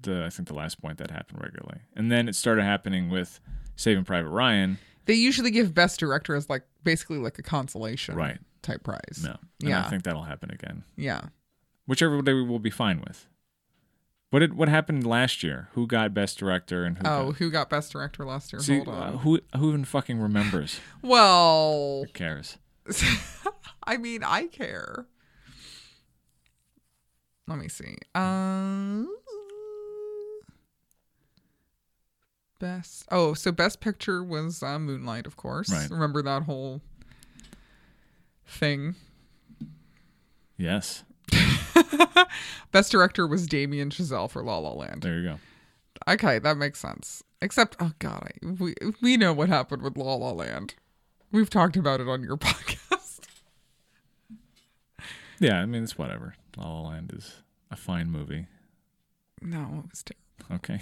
[SPEAKER 2] the I think the last point that happened regularly, and then it started happening with Saving Private Ryan.
[SPEAKER 1] They usually give best director as like basically like a consolation
[SPEAKER 2] Right.
[SPEAKER 1] type prize.
[SPEAKER 2] No, and I
[SPEAKER 1] Yeah.
[SPEAKER 2] think that'll happen again,
[SPEAKER 1] Yeah.
[SPEAKER 2] which everybody will be fine with. What did what happened last year? Who got best director and who?
[SPEAKER 1] Oh,
[SPEAKER 2] got,
[SPEAKER 1] who got best director last year?
[SPEAKER 2] see,
[SPEAKER 1] Hold on.
[SPEAKER 2] uh, who who even fucking remembers?
[SPEAKER 1] well,
[SPEAKER 2] who cares?
[SPEAKER 1] I mean, I care. Let me see. Um, best. Oh, so best picture was uh, Moonlight, of course.
[SPEAKER 2] Right.
[SPEAKER 1] Remember that whole thing.
[SPEAKER 2] Yes,
[SPEAKER 1] Best director was Damien Chazelle for La La Land.
[SPEAKER 2] there you go.
[SPEAKER 1] Okay, that makes sense. Except, oh god, I, we we know what happened with La La Land. We've talked about it on your podcast.
[SPEAKER 2] Yeah, I mean it's whatever. La La Land is a fine movie.
[SPEAKER 1] no, it was terrible.
[SPEAKER 2] Okay,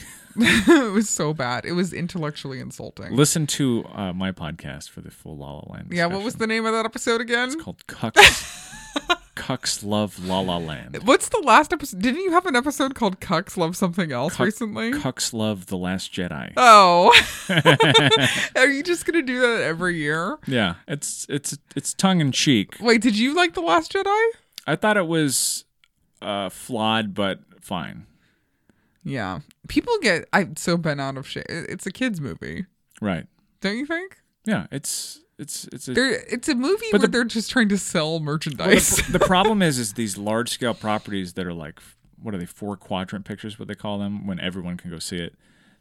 [SPEAKER 1] it was so bad. It was intellectually insulting.
[SPEAKER 2] listen to uh, my podcast for the full La La Land.
[SPEAKER 1] yeah, what was
[SPEAKER 2] discussion.
[SPEAKER 1] the name of that episode again?
[SPEAKER 2] It's called Cucks. Cucks love La La Land.
[SPEAKER 1] What's the last episode? Didn't you have an episode called Cucks Love Something Else
[SPEAKER 2] Cuck-
[SPEAKER 1] recently?
[SPEAKER 2] Cucks love The Last Jedi.
[SPEAKER 1] Oh. Are you just going to do that every year?
[SPEAKER 2] Yeah, it's it's it's tongue in cheek.
[SPEAKER 1] Wait, did you like The Last Jedi?
[SPEAKER 2] I thought it was uh, flawed, but fine.
[SPEAKER 1] Yeah. People get I'm so bent out of shape. It's a kids movie,
[SPEAKER 2] Right.
[SPEAKER 1] don't you think?
[SPEAKER 2] Yeah. It's it's it's a.
[SPEAKER 1] They're, it's a movie
[SPEAKER 2] But
[SPEAKER 1] where
[SPEAKER 2] the-
[SPEAKER 1] they're just trying to sell
[SPEAKER 2] Well,
[SPEAKER 1] merchandise.
[SPEAKER 2] the, the problem is, is these large scale properties that are like what are they four quadrant pictures? What they call them when everyone can go see it.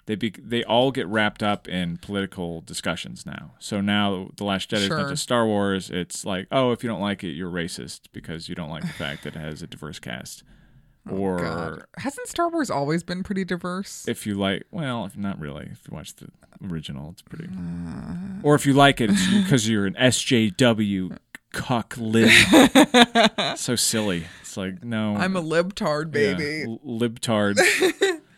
[SPEAKER 2] They be, they all get wrapped up in political discussions now. So now the Last Jedi is
[SPEAKER 1] Sure.
[SPEAKER 2] not just Star Wars. It's like oh, if you don't like it, you're racist because you don't like the fact that it has a diverse cast. Or
[SPEAKER 1] Oh, God. Hasn't Star Wars always been pretty diverse?
[SPEAKER 2] if you like well if not really if you watch the original it's pretty
[SPEAKER 1] Uh,
[SPEAKER 2] or if you like it it's because you're an sjw cuck lib so silly it's like no
[SPEAKER 1] I'm a libtard,
[SPEAKER 2] uh, yeah,
[SPEAKER 1] baby.
[SPEAKER 2] l- libtard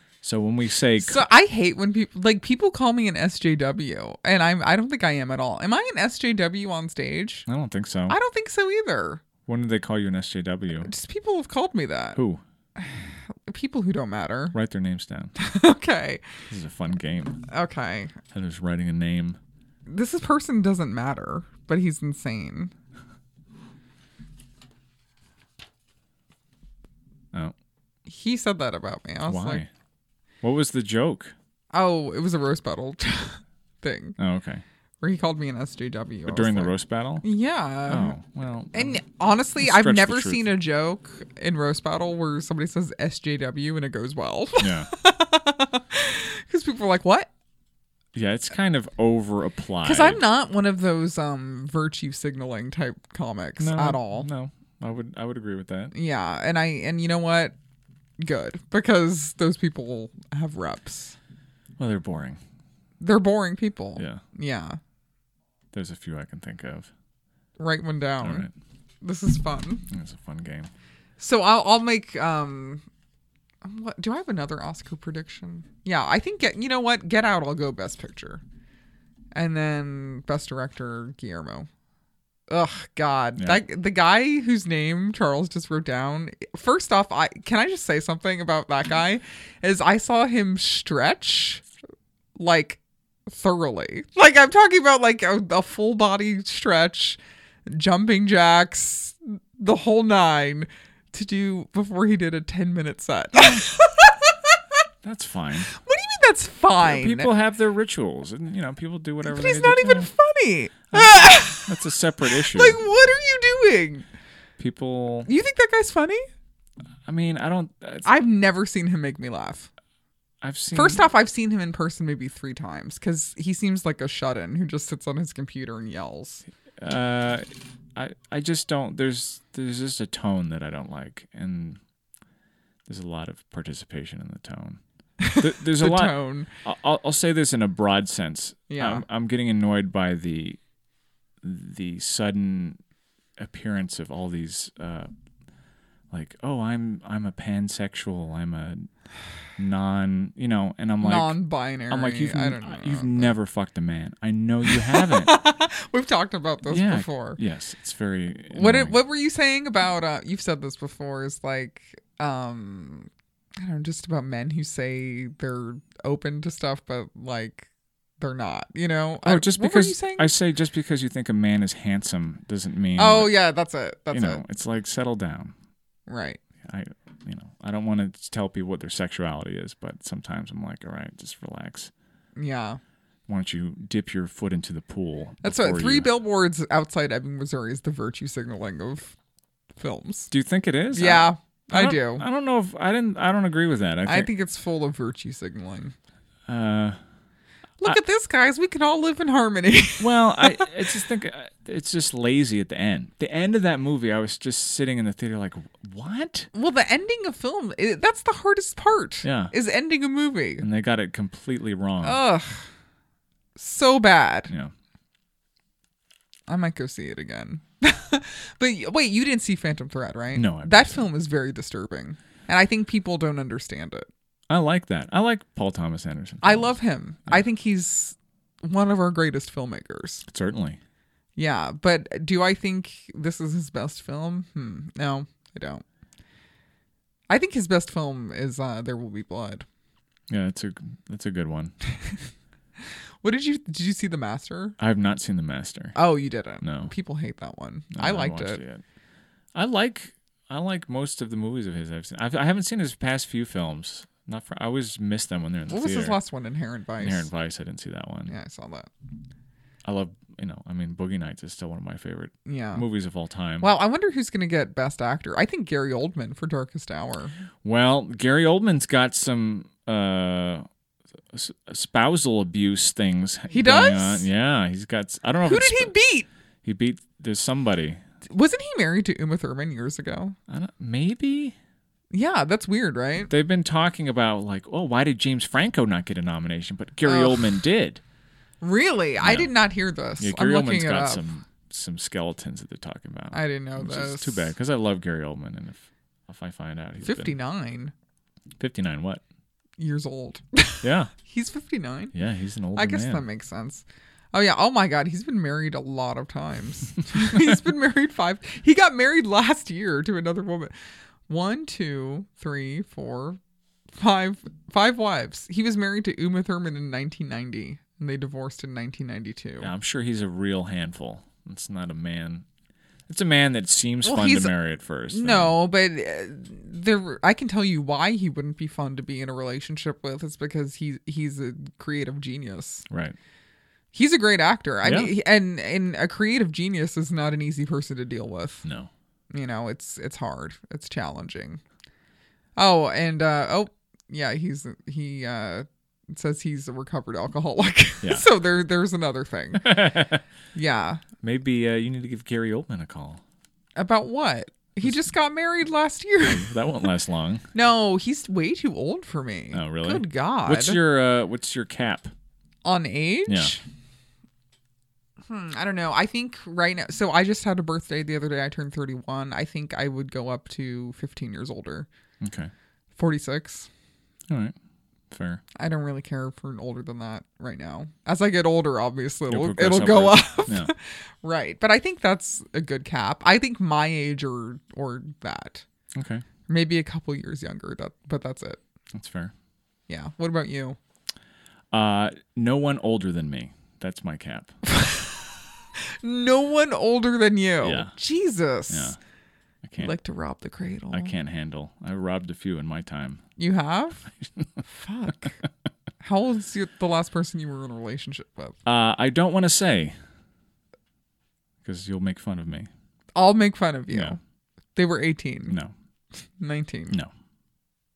[SPEAKER 2] so when we say
[SPEAKER 1] So I hate when people like people call me an SJW, and I'm I don't think I am at all. Am I an SJW on stage?
[SPEAKER 2] i don't think so
[SPEAKER 1] I don't think so either.
[SPEAKER 2] when did they call you an sjw
[SPEAKER 1] Just people have called me that.
[SPEAKER 2] who
[SPEAKER 1] People who don't matter.
[SPEAKER 2] write their names down
[SPEAKER 1] okay,
[SPEAKER 2] this is a fun game
[SPEAKER 1] okay.
[SPEAKER 2] i was writing a name
[SPEAKER 1] This is- person doesn't matter, but he's insane.
[SPEAKER 2] oh
[SPEAKER 1] He said that about me. I was
[SPEAKER 2] why
[SPEAKER 1] like,
[SPEAKER 2] what was the joke
[SPEAKER 1] oh, it was a roast battle thing
[SPEAKER 2] oh okay
[SPEAKER 1] where he called me an SJW. But
[SPEAKER 2] during the roast battle
[SPEAKER 1] yeah.
[SPEAKER 2] oh well
[SPEAKER 1] And honestly,
[SPEAKER 2] Stretch
[SPEAKER 1] I've
[SPEAKER 2] the
[SPEAKER 1] never
[SPEAKER 2] truth.
[SPEAKER 1] seen a joke in roast battle where somebody says SJW and it goes well.
[SPEAKER 2] um, yeah
[SPEAKER 1] Because people are like, "What?"
[SPEAKER 2] Yeah, it's kind of over applied.
[SPEAKER 1] Because I'm not one of those um virtue signaling type comics at all.
[SPEAKER 2] No, I would I would agree with that.
[SPEAKER 1] Yeah, and I and you know what? Good because those people have reps.
[SPEAKER 2] Well, they're boring.
[SPEAKER 1] They're boring people.
[SPEAKER 2] Yeah,
[SPEAKER 1] Yeah.
[SPEAKER 2] there's a few I can think of.
[SPEAKER 1] Write one down.
[SPEAKER 2] All right,
[SPEAKER 1] This is fun.
[SPEAKER 2] it's a fun game.
[SPEAKER 1] So I'll I'll make um. What, do I have another Oscar prediction? Yeah, I think get you know what Get Out. I'll go Best Picture, and then Best Director Guillermo. Ugh, God,
[SPEAKER 2] Yeah.
[SPEAKER 1] that the guy whose name Charles just wrote down. First off, I can I just say something about that guy? Is I saw him stretch, like thoroughly. Like I'm talking about like a, a full body stretch, jumping jacks, the whole nine to do before he did a 10 minute set. what do you
[SPEAKER 2] That's fine.
[SPEAKER 1] mean that's fine?
[SPEAKER 2] People have their rituals, and you know, people do whatever.
[SPEAKER 1] but
[SPEAKER 2] they
[SPEAKER 1] he's not
[SPEAKER 2] do.
[SPEAKER 1] even
[SPEAKER 2] Yeah,
[SPEAKER 1] funny.
[SPEAKER 2] That's a separate issue.
[SPEAKER 1] like what are you doing?
[SPEAKER 2] people.
[SPEAKER 1] You think that guy's funny?
[SPEAKER 2] I mean, I don't. it's-
[SPEAKER 1] I've never seen him make me laugh.
[SPEAKER 2] I've seen.
[SPEAKER 1] First off, I've seen him in person maybe three times because he seems like a shut in who just sits on his computer and yells.
[SPEAKER 2] uh, I I just don't. There's there's just a tone that I don't like, and there's a lot of participation in the tone. There- There's
[SPEAKER 1] The
[SPEAKER 2] a lot.
[SPEAKER 1] tone.
[SPEAKER 2] I- I'll, I'll say this in a broad sense.
[SPEAKER 1] Yeah.
[SPEAKER 2] I'm, I'm getting annoyed by the the sudden appearance of all these uh, like oh I'm I'm a pansexual I'm a non you know and I'm like
[SPEAKER 1] non binary.
[SPEAKER 2] I'm like you've
[SPEAKER 1] I
[SPEAKER 2] n-
[SPEAKER 1] don't know.
[SPEAKER 2] you've never fucked a man I know you haven't
[SPEAKER 1] We've talked about this
[SPEAKER 2] yeah
[SPEAKER 1] before.
[SPEAKER 2] yes it's very
[SPEAKER 1] What it,
[SPEAKER 2] annoying.
[SPEAKER 1] what were you saying about uh you've said this before is like um I don't know just about men who say they're open to stuff but like they're not, you know?
[SPEAKER 2] oh
[SPEAKER 1] I-
[SPEAKER 2] just
[SPEAKER 1] what
[SPEAKER 2] because
[SPEAKER 1] were you saying?
[SPEAKER 2] I say just because you think a man is handsome doesn't mean
[SPEAKER 1] oh
[SPEAKER 2] that-
[SPEAKER 1] yeah, that's it. That's
[SPEAKER 2] you know
[SPEAKER 1] it.
[SPEAKER 2] it's like settle down
[SPEAKER 1] Right.
[SPEAKER 2] I you know I don't want to tell people what their sexuality is, but sometimes I'm like, all right, just relax.
[SPEAKER 1] Yeah.
[SPEAKER 2] Why don't you dip your foot into the pool?
[SPEAKER 1] That's what
[SPEAKER 2] before
[SPEAKER 1] three
[SPEAKER 2] you-
[SPEAKER 1] billboards outside Ebbing, Missouri is the virtue signaling of films.
[SPEAKER 2] Do you think it is?
[SPEAKER 1] yeah, I,
[SPEAKER 2] don't-
[SPEAKER 1] do.
[SPEAKER 2] I don't know if I didn't. I don't agree with that. I think.
[SPEAKER 1] I think it's full of virtue signaling.
[SPEAKER 2] uh,
[SPEAKER 1] Look at this, guys. We can all live in harmony.
[SPEAKER 2] well, I, I just think uh, it's just lazy at the end. The end of that movie, I was just sitting in the theater like, what?
[SPEAKER 1] well, the ending of film, i that's the hardest part.
[SPEAKER 2] Yeah. Mm.
[SPEAKER 1] Is ending a movie.
[SPEAKER 2] And they got it completely wrong.
[SPEAKER 1] Ugh. So bad.
[SPEAKER 2] yeah.
[SPEAKER 1] I might go see it again. but y- wait, you didn't see Phantom Thread, right?
[SPEAKER 2] No, I haven't
[SPEAKER 1] that film is very disturbing. And I think people don't understand it.
[SPEAKER 2] I like that. I like Paul Thomas Anderson.
[SPEAKER 1] I love him. I think he's one of our greatest filmmakers.
[SPEAKER 2] certainly.
[SPEAKER 1] Yeah, but do I think this is his best film? Hmm. No, I don't. I think his best film is uh, There Will Be Blood.
[SPEAKER 2] Yeah, that's a that's a good one.
[SPEAKER 1] What did you did you see The Master?
[SPEAKER 2] I have not seen The Master.
[SPEAKER 1] Oh, you didn't.
[SPEAKER 2] No.
[SPEAKER 1] people hate that one.
[SPEAKER 2] No,
[SPEAKER 1] I liked
[SPEAKER 2] watched
[SPEAKER 1] it.
[SPEAKER 2] yet. I like I like most of the movies of his I've seen. I've, I haven't seen his past few films. Not for I always miss them when they're in the
[SPEAKER 1] What was
[SPEAKER 2] theater.
[SPEAKER 1] his last one? Inherent Vice.
[SPEAKER 2] Inherent Vice. I didn't see that one.
[SPEAKER 1] Yeah, I saw that.
[SPEAKER 2] I love you know. I mean, Boogie Nights is still one of my favorite
[SPEAKER 1] Yeah.
[SPEAKER 2] movies of all time.
[SPEAKER 1] Wow, I wonder who's going to get Best Actor. I think Gary Oldman for Darkest Hour.
[SPEAKER 2] Well, Gary Oldman's got some uh, s- spousal abuse things.
[SPEAKER 1] He
[SPEAKER 2] going
[SPEAKER 1] does?
[SPEAKER 2] on. Yeah, he's got. s- I don't know.
[SPEAKER 1] Who
[SPEAKER 2] if
[SPEAKER 1] did
[SPEAKER 2] it's
[SPEAKER 1] he
[SPEAKER 2] sp-
[SPEAKER 1] beat?
[SPEAKER 2] He beat. There's somebody.
[SPEAKER 1] Wasn't he married to Uma Thurman years ago?
[SPEAKER 2] I don't, maybe
[SPEAKER 1] Yeah, that's weird, right?
[SPEAKER 2] they've been talking about like, oh, why did James Franco not get a nomination, but Gary
[SPEAKER 1] Ugh.
[SPEAKER 2] Oldman did.
[SPEAKER 1] Really? I did not hear this.
[SPEAKER 2] Yeah,
[SPEAKER 1] I'm
[SPEAKER 2] Gary
[SPEAKER 1] looking
[SPEAKER 2] Oldman's
[SPEAKER 1] it
[SPEAKER 2] got
[SPEAKER 1] up.
[SPEAKER 2] some some skeletons that they're talking about.
[SPEAKER 1] I didn't know
[SPEAKER 2] which
[SPEAKER 1] this.
[SPEAKER 2] is too bad because I love Gary Oldman, and if if I find out he's been-
[SPEAKER 1] 59
[SPEAKER 2] 59 what?
[SPEAKER 1] years old.
[SPEAKER 2] Yeah,
[SPEAKER 1] he's 59?
[SPEAKER 2] yeah, he's an old
[SPEAKER 1] I guess
[SPEAKER 2] Oh, man.
[SPEAKER 1] that makes sense. Oh yeah, oh my god, he's been married a lot of times. he's been married five. He got married last year to another woman. One, two, three, four, five, five wives. He was married to Uma Thurman in 1990, and they divorced in 1992.
[SPEAKER 2] Yeah, I'm sure he's a real handful. It's not a man. It's a man that seems
[SPEAKER 1] Well,
[SPEAKER 2] fun to
[SPEAKER 1] he's-
[SPEAKER 2] marry at first.
[SPEAKER 1] No, but uh, there I can tell you why he wouldn't be fun to be in a relationship with. It's because he's he's a creative genius.
[SPEAKER 2] Right.
[SPEAKER 1] He's a great actor. I
[SPEAKER 2] Yeah.
[SPEAKER 1] mean, he- and and a creative genius is not an easy person to deal with.
[SPEAKER 2] No.
[SPEAKER 1] You know, it's it's hard. It's challenging. Oh, and uh oh, yeah, he's he uh says he's a recovered alcoholic.
[SPEAKER 2] Yeah.
[SPEAKER 1] so there there's another thing. yeah.
[SPEAKER 2] Maybe uh, you need to give Gary Oldman a call.
[SPEAKER 1] About what? He just got married last year.
[SPEAKER 2] That won't last long.
[SPEAKER 1] No, he's way too old for me.
[SPEAKER 2] Oh, really?
[SPEAKER 1] Good God.
[SPEAKER 2] What's your uh, What's your cap?
[SPEAKER 1] on age?
[SPEAKER 2] Yeah.
[SPEAKER 1] Hmm, I don't know. I think right now. So I just had a birthday the other day. I turned 31. I think I would go up to 15 years older.
[SPEAKER 2] Okay.
[SPEAKER 1] 46.
[SPEAKER 2] All right. Fair.
[SPEAKER 1] I don't really care for an older than that right now. As I get older, obviously,
[SPEAKER 2] You'll
[SPEAKER 1] it'll,
[SPEAKER 2] progress
[SPEAKER 1] it'll go
[SPEAKER 2] upwards.
[SPEAKER 1] up.
[SPEAKER 2] Yeah.
[SPEAKER 1] right. But I think that's a good cap. I think my age or or that.
[SPEAKER 2] Okay.
[SPEAKER 1] Maybe a couple years younger, that, but that's it.
[SPEAKER 2] That's fair.
[SPEAKER 1] Yeah. What about you?
[SPEAKER 2] Uh, no one older than me. That's my cap.
[SPEAKER 1] No one older than you.
[SPEAKER 2] Yeah. Yeah.
[SPEAKER 1] Jesus.
[SPEAKER 2] I can't.
[SPEAKER 1] Like to rob the cradle.
[SPEAKER 2] I can't handle. I robbed a few in my time.
[SPEAKER 1] You have? Fuck. How old's your, the last person you were in a relationship with?
[SPEAKER 2] Uh, I don't want to say because you'll make fun of me.
[SPEAKER 1] I'll make fun of you.
[SPEAKER 2] No.
[SPEAKER 1] They were 18,
[SPEAKER 2] No.
[SPEAKER 1] 19,
[SPEAKER 2] No.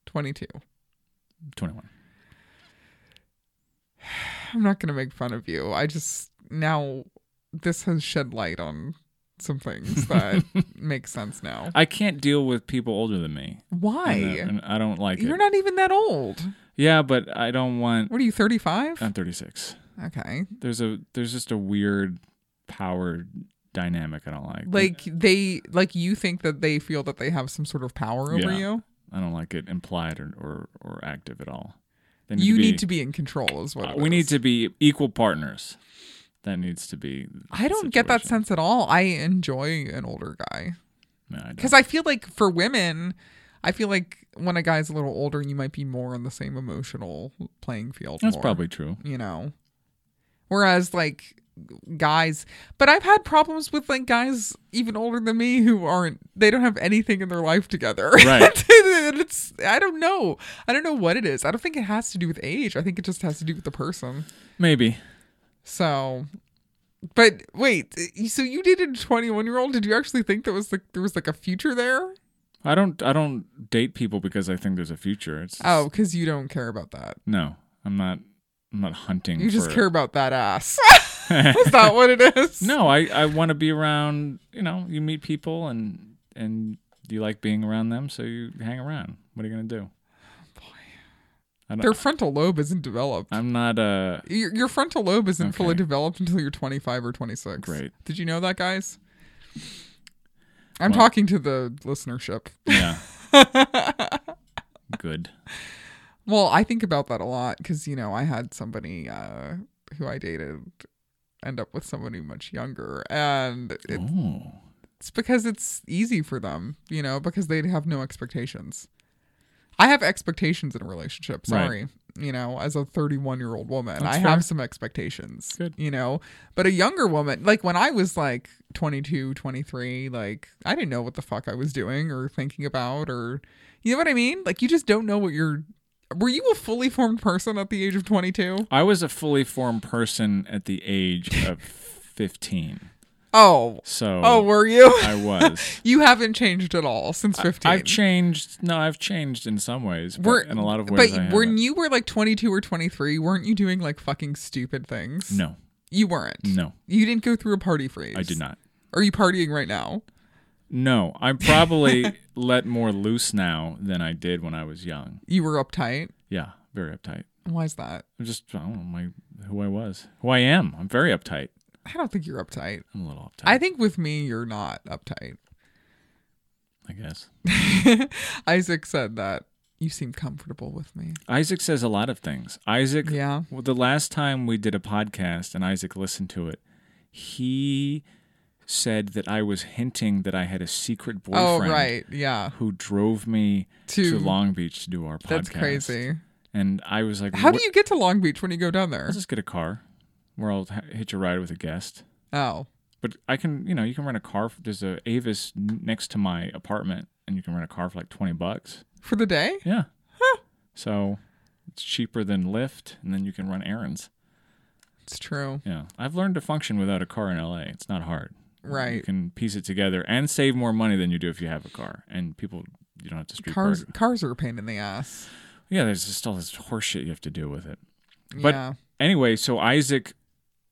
[SPEAKER 1] 22.
[SPEAKER 2] Twenty one.
[SPEAKER 1] I'm not going to make fun of you. I just, now, this has shed light on some things that make sense now.
[SPEAKER 2] I can't deal with people older than me.
[SPEAKER 1] Why?
[SPEAKER 2] And, uh, and I don't like
[SPEAKER 1] You're
[SPEAKER 2] it.
[SPEAKER 1] not even that old.
[SPEAKER 2] yeah, but I don't want.
[SPEAKER 1] What are you, 35?
[SPEAKER 2] I'm 36.
[SPEAKER 1] Okay.
[SPEAKER 2] There's a there's just a weird power dynamic I don't like.
[SPEAKER 1] Like, they, like, you think that they feel that they have some sort of power over
[SPEAKER 2] Yeah.
[SPEAKER 1] you?
[SPEAKER 2] I don't like it implied or or, or active at all. They
[SPEAKER 1] you
[SPEAKER 2] be-
[SPEAKER 1] need to be in control is what
[SPEAKER 2] uh,
[SPEAKER 1] it
[SPEAKER 2] we
[SPEAKER 1] is.
[SPEAKER 2] need to be equal partners. That needs to be. the
[SPEAKER 1] i don't get that
[SPEAKER 2] situation.
[SPEAKER 1] sense at all i enjoy an older guy
[SPEAKER 2] No, I don't.
[SPEAKER 1] because i feel like for women i feel like when a guy's a little older you might be more on the same emotional playing field
[SPEAKER 2] That's
[SPEAKER 1] more,
[SPEAKER 2] probably true.
[SPEAKER 1] you know whereas like guys but i've had problems with like guys even older than me who aren't they don't have anything in their life together
[SPEAKER 2] Right.
[SPEAKER 1] And it's i don't know i don't know what it is i don't think it has to do with age i think it just has to do with the person
[SPEAKER 2] Maybe.
[SPEAKER 1] so but wait so you dated a 21 year old did you actually think there was like there was like a future there
[SPEAKER 2] I don't I don't date people because I think there's a future. It's
[SPEAKER 1] oh because you don't care about that
[SPEAKER 2] no. I'm not I'm not hunting
[SPEAKER 1] you just
[SPEAKER 2] for-
[SPEAKER 1] care about that ass that's not what it is
[SPEAKER 2] No, I, I want to be around, you know, you meet people and and you like being around them, so you hang around. What are you going to do? I don't,
[SPEAKER 1] their frontal lobe isn't developed
[SPEAKER 2] I'm not uh
[SPEAKER 1] Your, your frontal lobe isn't fully
[SPEAKER 2] Okay.
[SPEAKER 1] developed until you're 25 or 26.
[SPEAKER 2] Great.
[SPEAKER 1] Did you know that, guys? I'm
[SPEAKER 2] Well-
[SPEAKER 1] talking to the listenership.
[SPEAKER 2] yeah. Good.
[SPEAKER 1] Well, I think about that a lot because, you know, I had somebody uh, who I dated end up with somebody much younger. And it-
[SPEAKER 2] Oh.
[SPEAKER 1] it's because it's easy for them, you know, because they have no expectations. I have expectations in a relationship.
[SPEAKER 2] Right.
[SPEAKER 1] Sorry. You know, as a 31 year old woman,
[SPEAKER 2] That's
[SPEAKER 1] I
[SPEAKER 2] fair.
[SPEAKER 1] have some expectations.
[SPEAKER 2] Good.
[SPEAKER 1] You know, but a younger woman, like when I was like 22, 23, like I didn't know what the fuck I was doing or thinking about or, you know what I mean? Like you just don't know what you're. Were you a fully formed person at the age of 22?
[SPEAKER 2] I was a fully formed person at the age of 15.
[SPEAKER 1] Oh.
[SPEAKER 2] So
[SPEAKER 1] Oh, were you?
[SPEAKER 2] I was.
[SPEAKER 1] You haven't changed at all since 15.
[SPEAKER 2] I've changed. No, I've changed in some ways, but
[SPEAKER 1] Were-
[SPEAKER 2] in a lot of
[SPEAKER 1] But
[SPEAKER 2] ways. I
[SPEAKER 1] when
[SPEAKER 2] haven't.
[SPEAKER 1] you were like 22 or 23, weren't you doing like fucking stupid things?
[SPEAKER 2] no,
[SPEAKER 1] You weren't.
[SPEAKER 2] no,
[SPEAKER 1] You didn't go through a party phase.
[SPEAKER 2] I did not.
[SPEAKER 1] Are you partying right now?
[SPEAKER 2] No, I'm probably let more loose now than I did when I was young.
[SPEAKER 1] You were uptight.
[SPEAKER 2] Yeah, very uptight.
[SPEAKER 1] Why is that?
[SPEAKER 2] I'm just I don't know my who I was, who I am. I'm very uptight.
[SPEAKER 1] I don't think you're uptight.
[SPEAKER 2] I'm a little uptight.
[SPEAKER 1] I think with me, you're not uptight.
[SPEAKER 2] I guess
[SPEAKER 1] Isaac said that you seem comfortable with me.
[SPEAKER 2] Isaac says a lot of things. Isaac
[SPEAKER 1] Yeah.
[SPEAKER 2] Well, the last time we did a podcast and Isaac listened to it, he said that I was hinting that I had a secret boyfriend
[SPEAKER 1] Oh, right. Yeah.
[SPEAKER 2] who drove me to,
[SPEAKER 1] To-
[SPEAKER 2] Long Beach to do our podcast.
[SPEAKER 1] That's crazy.
[SPEAKER 2] And I was like,
[SPEAKER 1] How
[SPEAKER 2] "What-
[SPEAKER 1] do you get to Long Beach when you go down there?
[SPEAKER 2] I'll just get a car where I'll h- hitch a ride with a guest.
[SPEAKER 1] Oh.
[SPEAKER 2] But I can, you know, you can rent a car. f- There's a Avis n- next to my apartment, and you can rent a car for like twenty bucks.
[SPEAKER 1] For the day?
[SPEAKER 2] Yeah. So it's cheaper than Lyft, and then you can run errands.
[SPEAKER 1] It's true.
[SPEAKER 2] Yeah, I've learned to function without a car in LA. It's not hard. You
[SPEAKER 1] Right.
[SPEAKER 2] can piece it together and save more money than you do if you have a car. And people, you don't have to street
[SPEAKER 1] Cars
[SPEAKER 2] park.
[SPEAKER 1] cars are a pain in the ass.
[SPEAKER 2] Yeah, there's just all this horseshit you have to do with it. But-
[SPEAKER 1] yeah.
[SPEAKER 2] Anyway, so Isaac,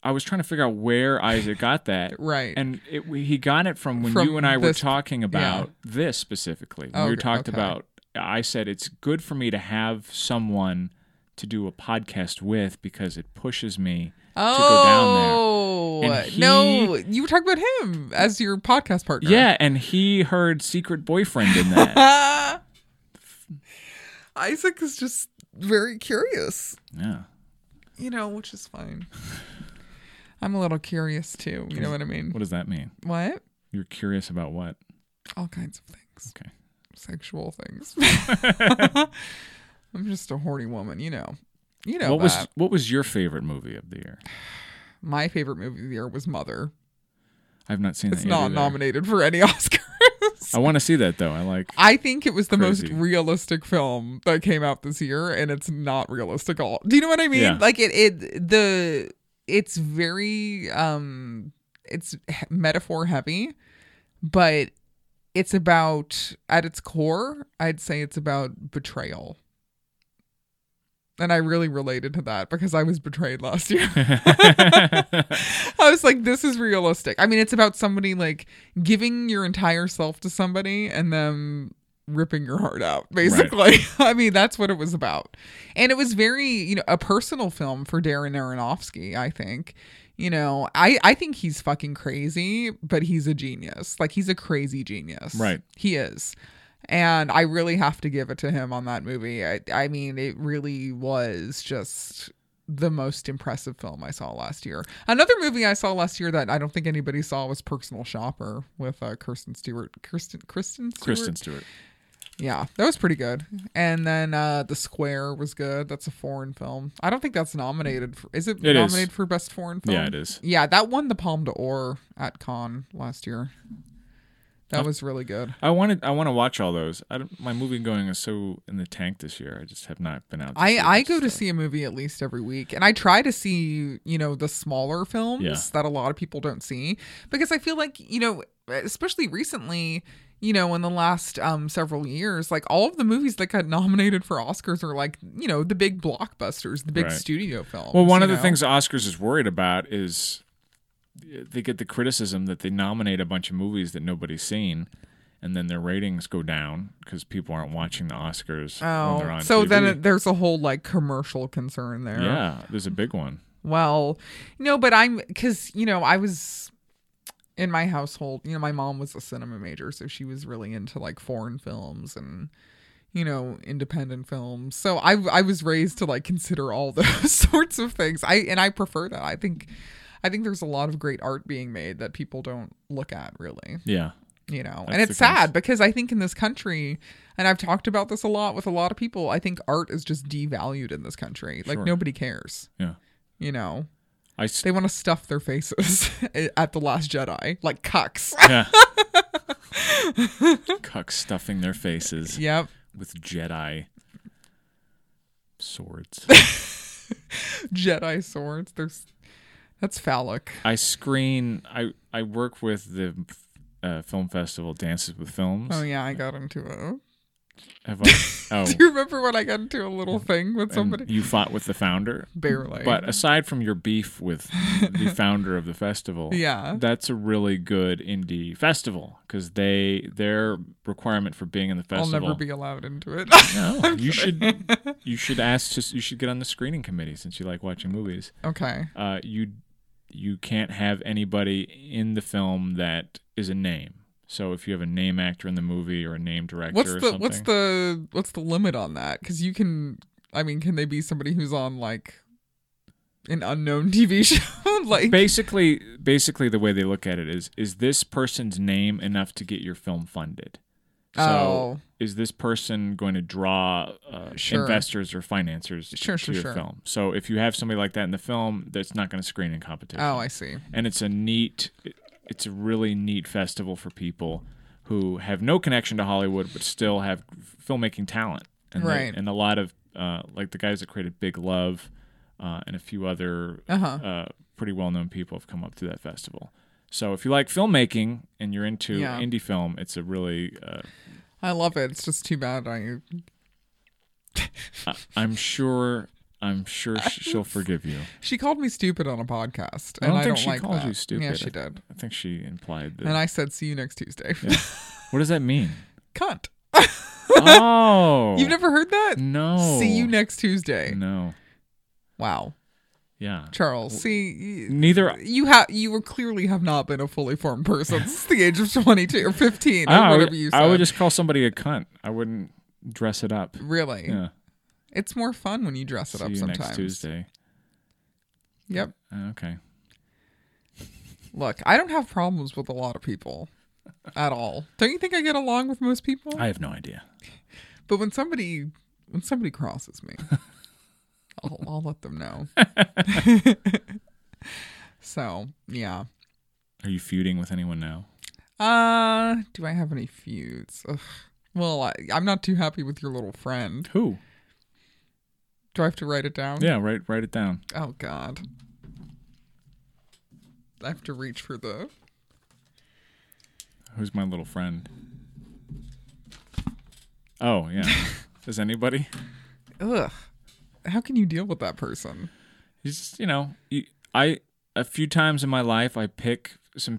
[SPEAKER 2] I was trying to figure out where Isaac got that.
[SPEAKER 1] Right.
[SPEAKER 2] And it, we- he got it from when
[SPEAKER 1] From
[SPEAKER 2] you and I were
[SPEAKER 1] this-
[SPEAKER 2] talking about this specifically. When
[SPEAKER 1] Oh,
[SPEAKER 2] we
[SPEAKER 1] okay.
[SPEAKER 2] talked
[SPEAKER 1] Okay.
[SPEAKER 2] about, I said it's good for me to have someone to do a podcast with because it pushes me to go down there.
[SPEAKER 1] Oh
[SPEAKER 2] And he-
[SPEAKER 1] no! You were talking about him as your podcast partner.
[SPEAKER 2] Yeah, and he heard Secret Boyfriend in that.
[SPEAKER 1] Ah. Isaac is just very curious,
[SPEAKER 2] yeah.
[SPEAKER 1] you know, which is fine. I'm a little curious too. You know what I mean?
[SPEAKER 2] What does that mean?
[SPEAKER 1] What?
[SPEAKER 2] You're curious about what?
[SPEAKER 1] All kinds of things.
[SPEAKER 2] Okay.
[SPEAKER 1] Sexual things. I'm just a horny woman, you know. You know
[SPEAKER 2] what
[SPEAKER 1] that.
[SPEAKER 2] was what was your favorite movie of the year?
[SPEAKER 1] My favorite movie of the year was Mother.
[SPEAKER 2] I've not seen
[SPEAKER 1] It's
[SPEAKER 2] that. yet
[SPEAKER 1] not
[SPEAKER 2] either.
[SPEAKER 1] nominated for any Oscars.
[SPEAKER 2] I want to see that though. I like.
[SPEAKER 1] I think it was the
[SPEAKER 2] Crazy.
[SPEAKER 1] most realistic film that came out this year, and it's not realistic at all. Do you know what I mean?
[SPEAKER 2] Yeah.
[SPEAKER 1] Like it, it the it's very um it's he- metaphor heavy, but it's about at its core, I'd say it's about betrayal. And I really related to that because I was betrayed last year. I was like, this is realistic. I mean, it's about somebody like giving your entire self to somebody and them ripping your heart out, basically. I mean, that's what it was about. And it was very, you know, a personal film for Darren Aronofsky, I think. You know, I, I think he's fucking crazy, but he's a genius. Like, he's a crazy genius.
[SPEAKER 2] Right.
[SPEAKER 1] He is. And I really have to give it to him on that movie. I, I mean, it really was just the most impressive film I saw last year. Another movie I saw last year that I don't think anybody saw was Personal Shopper with uh, Kirsten Stewart. Kirsten Kristen Stewart?
[SPEAKER 2] Kristen Stewart.
[SPEAKER 1] Yeah, that was pretty good. And then uh The Square was good. That's a foreign film. I don't think that's nominated for is it,
[SPEAKER 2] It is.
[SPEAKER 1] nominated for best foreign film?
[SPEAKER 2] Yeah, it is.
[SPEAKER 1] Yeah, that won the Palme d'Or at Cannes last year. That was really good.
[SPEAKER 2] I wanted. I want to watch all those. I don't, my movie going is so in the tank this year. I just have not been out.
[SPEAKER 1] I,
[SPEAKER 2] see
[SPEAKER 1] I
[SPEAKER 2] this
[SPEAKER 1] go to
[SPEAKER 2] stuff.
[SPEAKER 1] see a movie at least every week and I try to see, you know, the smaller films
[SPEAKER 2] Yeah.
[SPEAKER 1] that a lot of people don't see because I feel like, you know, especially recently, you know, in the last um several years, like all of the movies that got nominated for Oscars are like, you know, the big blockbusters, the big
[SPEAKER 2] Right.
[SPEAKER 1] studio films.
[SPEAKER 2] Well, one
[SPEAKER 1] you
[SPEAKER 2] of the
[SPEAKER 1] know?
[SPEAKER 2] things Oscars is worried about is eh, they get the criticism that they nominate a bunch of movies that nobody's seen, and then their ratings go down because people aren't watching the Oscars when they're
[SPEAKER 1] Oh,
[SPEAKER 2] on
[SPEAKER 1] so
[SPEAKER 2] TV.
[SPEAKER 1] then it, there's a whole like commercial concern there.
[SPEAKER 2] yeah, there's a big one.
[SPEAKER 1] Well, no, but I'm because you know I was in my household. You know, my mom was a cinema major, so she was really into like foreign films and you know independent films. So I I was raised to like consider all those sorts of things. I and I prefer that. I think I think there's a lot of great art being made that people don't look at really
[SPEAKER 2] Yeah,
[SPEAKER 1] you know
[SPEAKER 2] That's
[SPEAKER 1] and
[SPEAKER 2] the
[SPEAKER 1] it's sad because i think in this country and i've talked about this a lot with a lot of people i think art is just devalued in this country like
[SPEAKER 2] Sure.
[SPEAKER 1] nobody cares
[SPEAKER 2] Yeah.
[SPEAKER 1] you know
[SPEAKER 2] I s-
[SPEAKER 1] they want to stuff their faces at the last jedi like cucks
[SPEAKER 2] yeah. Cuck stuffing their faces
[SPEAKER 1] yep
[SPEAKER 2] with Jedi swords.
[SPEAKER 1] jedi swords there's that's phallic
[SPEAKER 2] I screen. I I work with the uh, film festival Dances with Films.
[SPEAKER 1] oh yeah i got into a
[SPEAKER 2] Have I, oh,
[SPEAKER 1] do you remember when i got into a little thing with
[SPEAKER 2] and
[SPEAKER 1] somebody
[SPEAKER 2] you fought with the founder.
[SPEAKER 1] barely
[SPEAKER 2] But aside from your beef with the founder of the festival,
[SPEAKER 1] Yeah.
[SPEAKER 2] that's a really good indie festival because they their requirement for being in the
[SPEAKER 1] i'll
[SPEAKER 2] festival.
[SPEAKER 1] never be allowed into it
[SPEAKER 2] No, Oh, you should you should ask to you should get on the screening committee since you like watching movies.
[SPEAKER 1] okay
[SPEAKER 2] Uh, you you can't have anybody in the film that is a name. So if you have a name actor in the movie or a name director
[SPEAKER 1] what's
[SPEAKER 2] or
[SPEAKER 1] the
[SPEAKER 2] something,
[SPEAKER 1] what's the what's the limit on that because you can i mean can they be somebody who's on like an unknown tv show like
[SPEAKER 2] basically basically the way they look at it is is this person's name enough to get your film funded? So
[SPEAKER 1] Oh.
[SPEAKER 2] is this person going to draw uh,
[SPEAKER 1] Sure.
[SPEAKER 2] investors or financiers
[SPEAKER 1] Sure,
[SPEAKER 2] to
[SPEAKER 1] sure,
[SPEAKER 2] your
[SPEAKER 1] sure.
[SPEAKER 2] film? So if you have somebody like that in the film, that's not going to screen in competition.
[SPEAKER 1] oh i see
[SPEAKER 2] and it's a neat it's a really neat festival for people who have no connection to Hollywood but still have filmmaking talent and they-
[SPEAKER 1] Right.
[SPEAKER 2] and a lot of uh, like the guys that created Big Love uh, and a few other uh
[SPEAKER 1] Uh-huh.
[SPEAKER 2] pretty well-known people have come up through that festival so if you like filmmaking and you're into
[SPEAKER 1] Yeah.
[SPEAKER 2] indie film it's a really uh,
[SPEAKER 1] i love it it's just too bad i
[SPEAKER 2] I, I'm sure I'm sure sh- she'll forgive you
[SPEAKER 1] she called me stupid on a podcast
[SPEAKER 2] I don't
[SPEAKER 1] and i
[SPEAKER 2] think
[SPEAKER 1] don't
[SPEAKER 2] she
[SPEAKER 1] like
[SPEAKER 2] called
[SPEAKER 1] that
[SPEAKER 2] you stupid.
[SPEAKER 1] yeah she did
[SPEAKER 2] I think she implied that
[SPEAKER 1] and i said see you next tuesday
[SPEAKER 2] what does that mean
[SPEAKER 1] cunt
[SPEAKER 2] oh
[SPEAKER 1] you've never heard that
[SPEAKER 2] no
[SPEAKER 1] see you next tuesday
[SPEAKER 2] No.
[SPEAKER 1] wow
[SPEAKER 2] Yeah.
[SPEAKER 1] charles see y-
[SPEAKER 2] Neither.
[SPEAKER 1] you have you were clearly have not been a fully formed person since the age of 22 or 15 or
[SPEAKER 2] Ah, I,
[SPEAKER 1] whatever
[SPEAKER 2] would,
[SPEAKER 1] you said
[SPEAKER 2] I would just call somebody a cunt. I wouldn't dress it up.
[SPEAKER 1] Really?
[SPEAKER 2] Yeah.
[SPEAKER 1] It's more fun when you dress it
[SPEAKER 2] See
[SPEAKER 1] up
[SPEAKER 2] you
[SPEAKER 1] sometimes.
[SPEAKER 2] next Tuesday.
[SPEAKER 1] Yep.
[SPEAKER 2] Uh, Okay.
[SPEAKER 1] Look, I don't have problems with a lot of people at all. Don't you think I get along with most people?
[SPEAKER 2] I have no idea.
[SPEAKER 1] but when somebody when somebody crosses me, I'll, I'll let them know. so yeah.
[SPEAKER 2] Are you feuding with anyone now?
[SPEAKER 1] Uh, do I have any feuds? Ugh. Well, I, I'm not too happy with your little friend.
[SPEAKER 2] Who?
[SPEAKER 1] Do I have to write it down?
[SPEAKER 2] Yeah. Write write it down.
[SPEAKER 1] Oh God. I have to reach for the
[SPEAKER 2] Who's my little friend? Oh yeah. Is anybody?
[SPEAKER 1] ugh how can you deal with that person
[SPEAKER 2] He's just, you know you, I a few times in my life I pick some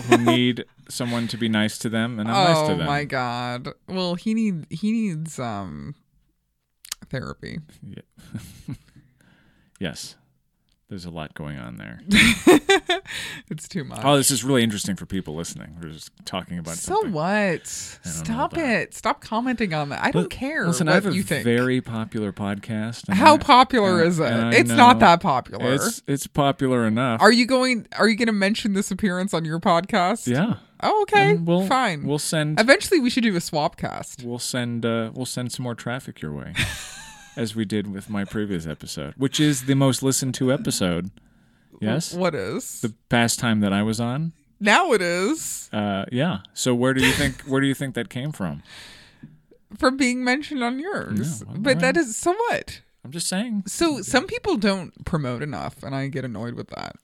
[SPEAKER 2] who need someone to be nice to them and I'm nice to
[SPEAKER 1] oh
[SPEAKER 2] them.
[SPEAKER 1] my god well he need he needs um therapy
[SPEAKER 2] Yeah. yes. There's a lot going on there.
[SPEAKER 1] it's too much
[SPEAKER 2] Oh, this is really interesting for people listening. We're just talking about
[SPEAKER 1] so
[SPEAKER 2] something.
[SPEAKER 1] what
[SPEAKER 2] know
[SPEAKER 1] stop
[SPEAKER 2] about-
[SPEAKER 1] it stop commenting on that i don't
[SPEAKER 2] Li-
[SPEAKER 1] care
[SPEAKER 2] Listen,
[SPEAKER 1] what
[SPEAKER 2] I have a
[SPEAKER 1] you think
[SPEAKER 2] very popular podcast. and
[SPEAKER 1] how
[SPEAKER 2] I-
[SPEAKER 1] popular
[SPEAKER 2] and-
[SPEAKER 1] is it
[SPEAKER 2] and I
[SPEAKER 1] it's
[SPEAKER 2] know-
[SPEAKER 1] not that popular
[SPEAKER 2] It's it's popular enough.
[SPEAKER 1] are you going are you going to mention this appearance on your podcast
[SPEAKER 2] yeah,
[SPEAKER 1] Oh, okay.
[SPEAKER 2] And we'll,
[SPEAKER 1] Fine.
[SPEAKER 2] We'll send.
[SPEAKER 1] Eventually, we should do a swap cast.
[SPEAKER 2] We'll send. Uh, we'll send some more traffic your way, as we did with my previous episode, which is the most listened to episode. Yes.
[SPEAKER 1] What is?
[SPEAKER 2] The past time that I was on.
[SPEAKER 1] now it is
[SPEAKER 2] Uh, yeah. So where do you think where do you think that came from?
[SPEAKER 1] from being mentioned on yours.
[SPEAKER 2] Yeah, well,
[SPEAKER 1] but that
[SPEAKER 2] alright.
[SPEAKER 1] is so what?
[SPEAKER 2] I'm just saying
[SPEAKER 1] So some people don't promote enough, and I get annoyed with that.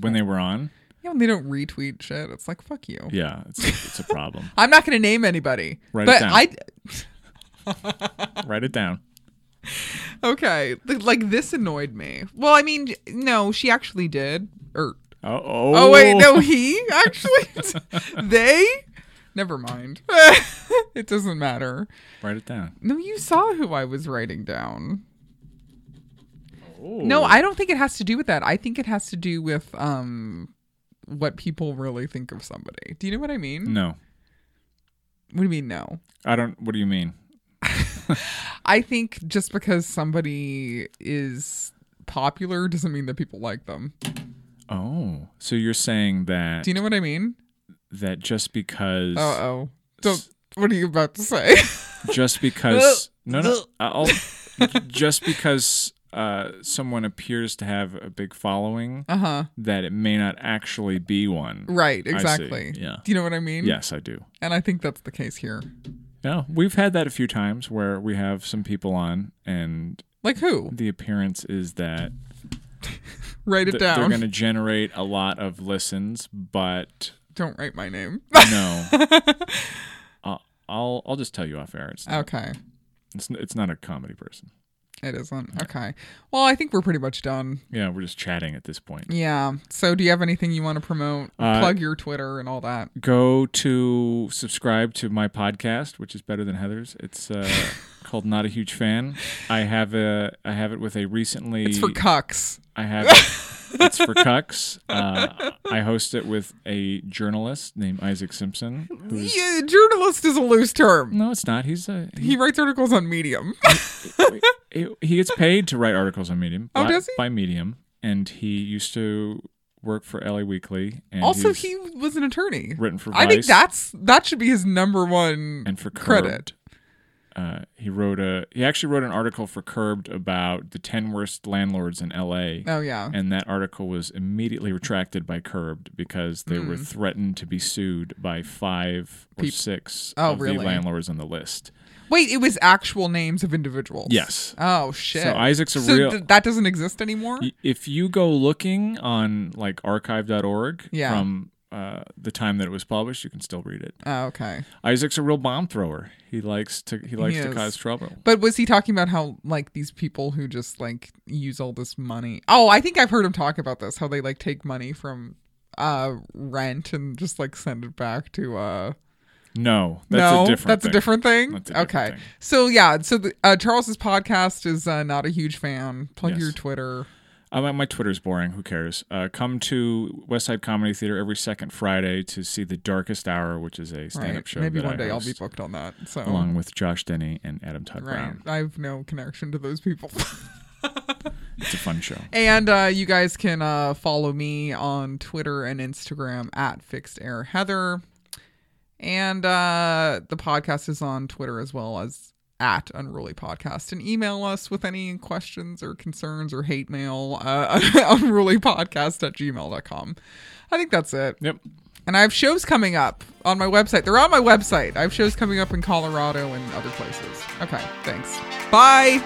[SPEAKER 2] when they were on.
[SPEAKER 1] Yeah, when they don't retweet shit, it's like fuck you.
[SPEAKER 2] Yeah, it's it's a problem.
[SPEAKER 1] I'm not going to name anybody,
[SPEAKER 2] Write it
[SPEAKER 1] but
[SPEAKER 2] down.
[SPEAKER 1] I
[SPEAKER 2] Write it down.
[SPEAKER 1] okay, th- like this annoyed me. Well, I mean, no, she actually did. Or
[SPEAKER 2] Oh, oh.
[SPEAKER 1] oh wait, no, he actually they. Never mind. it doesn't matter.
[SPEAKER 2] Write it down.
[SPEAKER 1] No, you saw who I was writing down. No, I don't think it has to do with that. I think it has to do with um what people really think of somebody. Do you know what I mean?
[SPEAKER 2] No,
[SPEAKER 1] What do you mean no?
[SPEAKER 2] I don't. What do you mean?
[SPEAKER 1] I think just because somebody is popular doesn't mean that people like them.
[SPEAKER 2] Oh, so you're saying that
[SPEAKER 1] Do you know what I mean?
[SPEAKER 2] that just because
[SPEAKER 1] Uh oh. Don't what are you about to say?
[SPEAKER 2] just because no no I'll, just because uh, someone appears to have a big following
[SPEAKER 1] uh-huh.
[SPEAKER 2] that it may not actually be one.
[SPEAKER 1] Right,
[SPEAKER 2] see.
[SPEAKER 1] exactly.
[SPEAKER 2] Yeah.
[SPEAKER 1] Do you know what I mean?
[SPEAKER 2] Yes, I do.
[SPEAKER 1] And I think that's the case here.
[SPEAKER 2] Yeah, we've had that a few times where we have some people on, and
[SPEAKER 1] Like who?
[SPEAKER 2] the appearance is that
[SPEAKER 1] Write it
[SPEAKER 2] th- they're
[SPEAKER 1] down.
[SPEAKER 2] going to generate a lot of listens, but
[SPEAKER 1] Don't write my name.
[SPEAKER 2] no. I'll- I'll I'll just tell you off air. It's not,
[SPEAKER 1] okay.
[SPEAKER 2] it's, it's not a comedy person.
[SPEAKER 1] It isn't. Okay. Well, I think we're pretty much done.
[SPEAKER 2] Yeah, we're just chatting at this point.
[SPEAKER 1] Yeah. So, do you have anything you want to promote?
[SPEAKER 2] Uh,
[SPEAKER 1] Plug your Twitter and all that.
[SPEAKER 2] Go to subscribe to my podcast, which is better than Heather's. It's uh, called Not a Huge Fan. I have a I have it with a recently
[SPEAKER 1] It's for cucks.
[SPEAKER 2] I have it. it's for cucks. Uh, I host it with a journalist named Isaac Simpson. Who's
[SPEAKER 1] Yeah, journalist is a loose term.
[SPEAKER 2] no, it's not. He's a he,
[SPEAKER 1] He writes articles on Medium.
[SPEAKER 2] he, he gets paid to write articles on Medium.
[SPEAKER 1] Oh,
[SPEAKER 2] by,
[SPEAKER 1] does he?
[SPEAKER 2] by Medium, and he used to work for LA Weekly. And
[SPEAKER 1] also,
[SPEAKER 2] he's
[SPEAKER 1] he was an attorney.
[SPEAKER 2] written for Vice.
[SPEAKER 1] I think that's that should be his number one.
[SPEAKER 2] and for Curbed,
[SPEAKER 1] credit.
[SPEAKER 2] Uh, he wrote a he actually wrote an article for Curbed about the ten worst landlords in LA.
[SPEAKER 1] oh yeah.
[SPEAKER 2] And that article was immediately retracted by Curbed because they were threatened to be sued by five or
[SPEAKER 1] Hmm. Peop-
[SPEAKER 2] six
[SPEAKER 1] Oh,
[SPEAKER 2] of
[SPEAKER 1] really?
[SPEAKER 2] the landlords on the list.
[SPEAKER 1] Wait, it was actual names of individuals.
[SPEAKER 2] Yes.
[SPEAKER 1] Oh shit.
[SPEAKER 2] So Isaac's a
[SPEAKER 1] So
[SPEAKER 2] real-
[SPEAKER 1] th- that doesn't exist anymore.
[SPEAKER 2] Y- If you go looking on like archive.org
[SPEAKER 1] Yeah.
[SPEAKER 2] from uh, the time that it was published, you can still read it.
[SPEAKER 1] oh, okay.
[SPEAKER 2] Isaac's a real bomb thrower. He likes to he likes to
[SPEAKER 1] is.
[SPEAKER 2] cause trouble.
[SPEAKER 1] But was he talking about how like these people who just like use all this money? Oh, I think I've heard him talk about this. How they like take money from uh rent and just like send it back to uh
[SPEAKER 2] No, that's
[SPEAKER 1] no
[SPEAKER 2] a different
[SPEAKER 1] that's
[SPEAKER 2] thing.
[SPEAKER 1] a different thing
[SPEAKER 2] That's a different
[SPEAKER 1] okay
[SPEAKER 2] thing.
[SPEAKER 1] so yeah so the, uh charles's podcast is uh not a huge fan plug
[SPEAKER 2] Yes.
[SPEAKER 1] your twitter
[SPEAKER 2] Uh, my, my Twitter's boring. Who cares? Uh, come to Westside Comedy Theater every second Friday to see The Darkest Hour, which is a stand-up
[SPEAKER 1] right
[SPEAKER 2] show.
[SPEAKER 1] maybe
[SPEAKER 2] that
[SPEAKER 1] one
[SPEAKER 2] I
[SPEAKER 1] day i'll be
[SPEAKER 2] host
[SPEAKER 1] booked on that so
[SPEAKER 2] along with Josh Denny and Adam Todd
[SPEAKER 1] right
[SPEAKER 2] Brown.
[SPEAKER 1] i have no connection to those people
[SPEAKER 2] It's a fun show.
[SPEAKER 1] and uh you guys can uh follow me on twitter and instagram at fixed air heather and uh the podcast is on twitter as well as at unruly podcast and email us with any questions or concerns or hate mail uh unruly podcast at gmail.com i think that's it
[SPEAKER 2] Yep.
[SPEAKER 1] and i have shows coming up on my website they're on my website i have shows coming up in colorado and other places okay thanks bye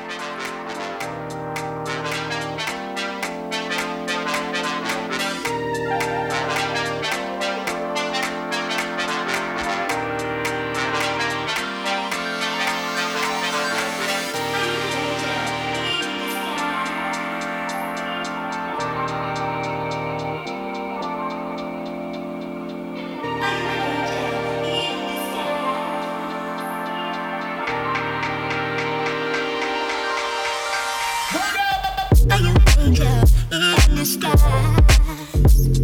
[SPEAKER 3] Are you angels in disguise?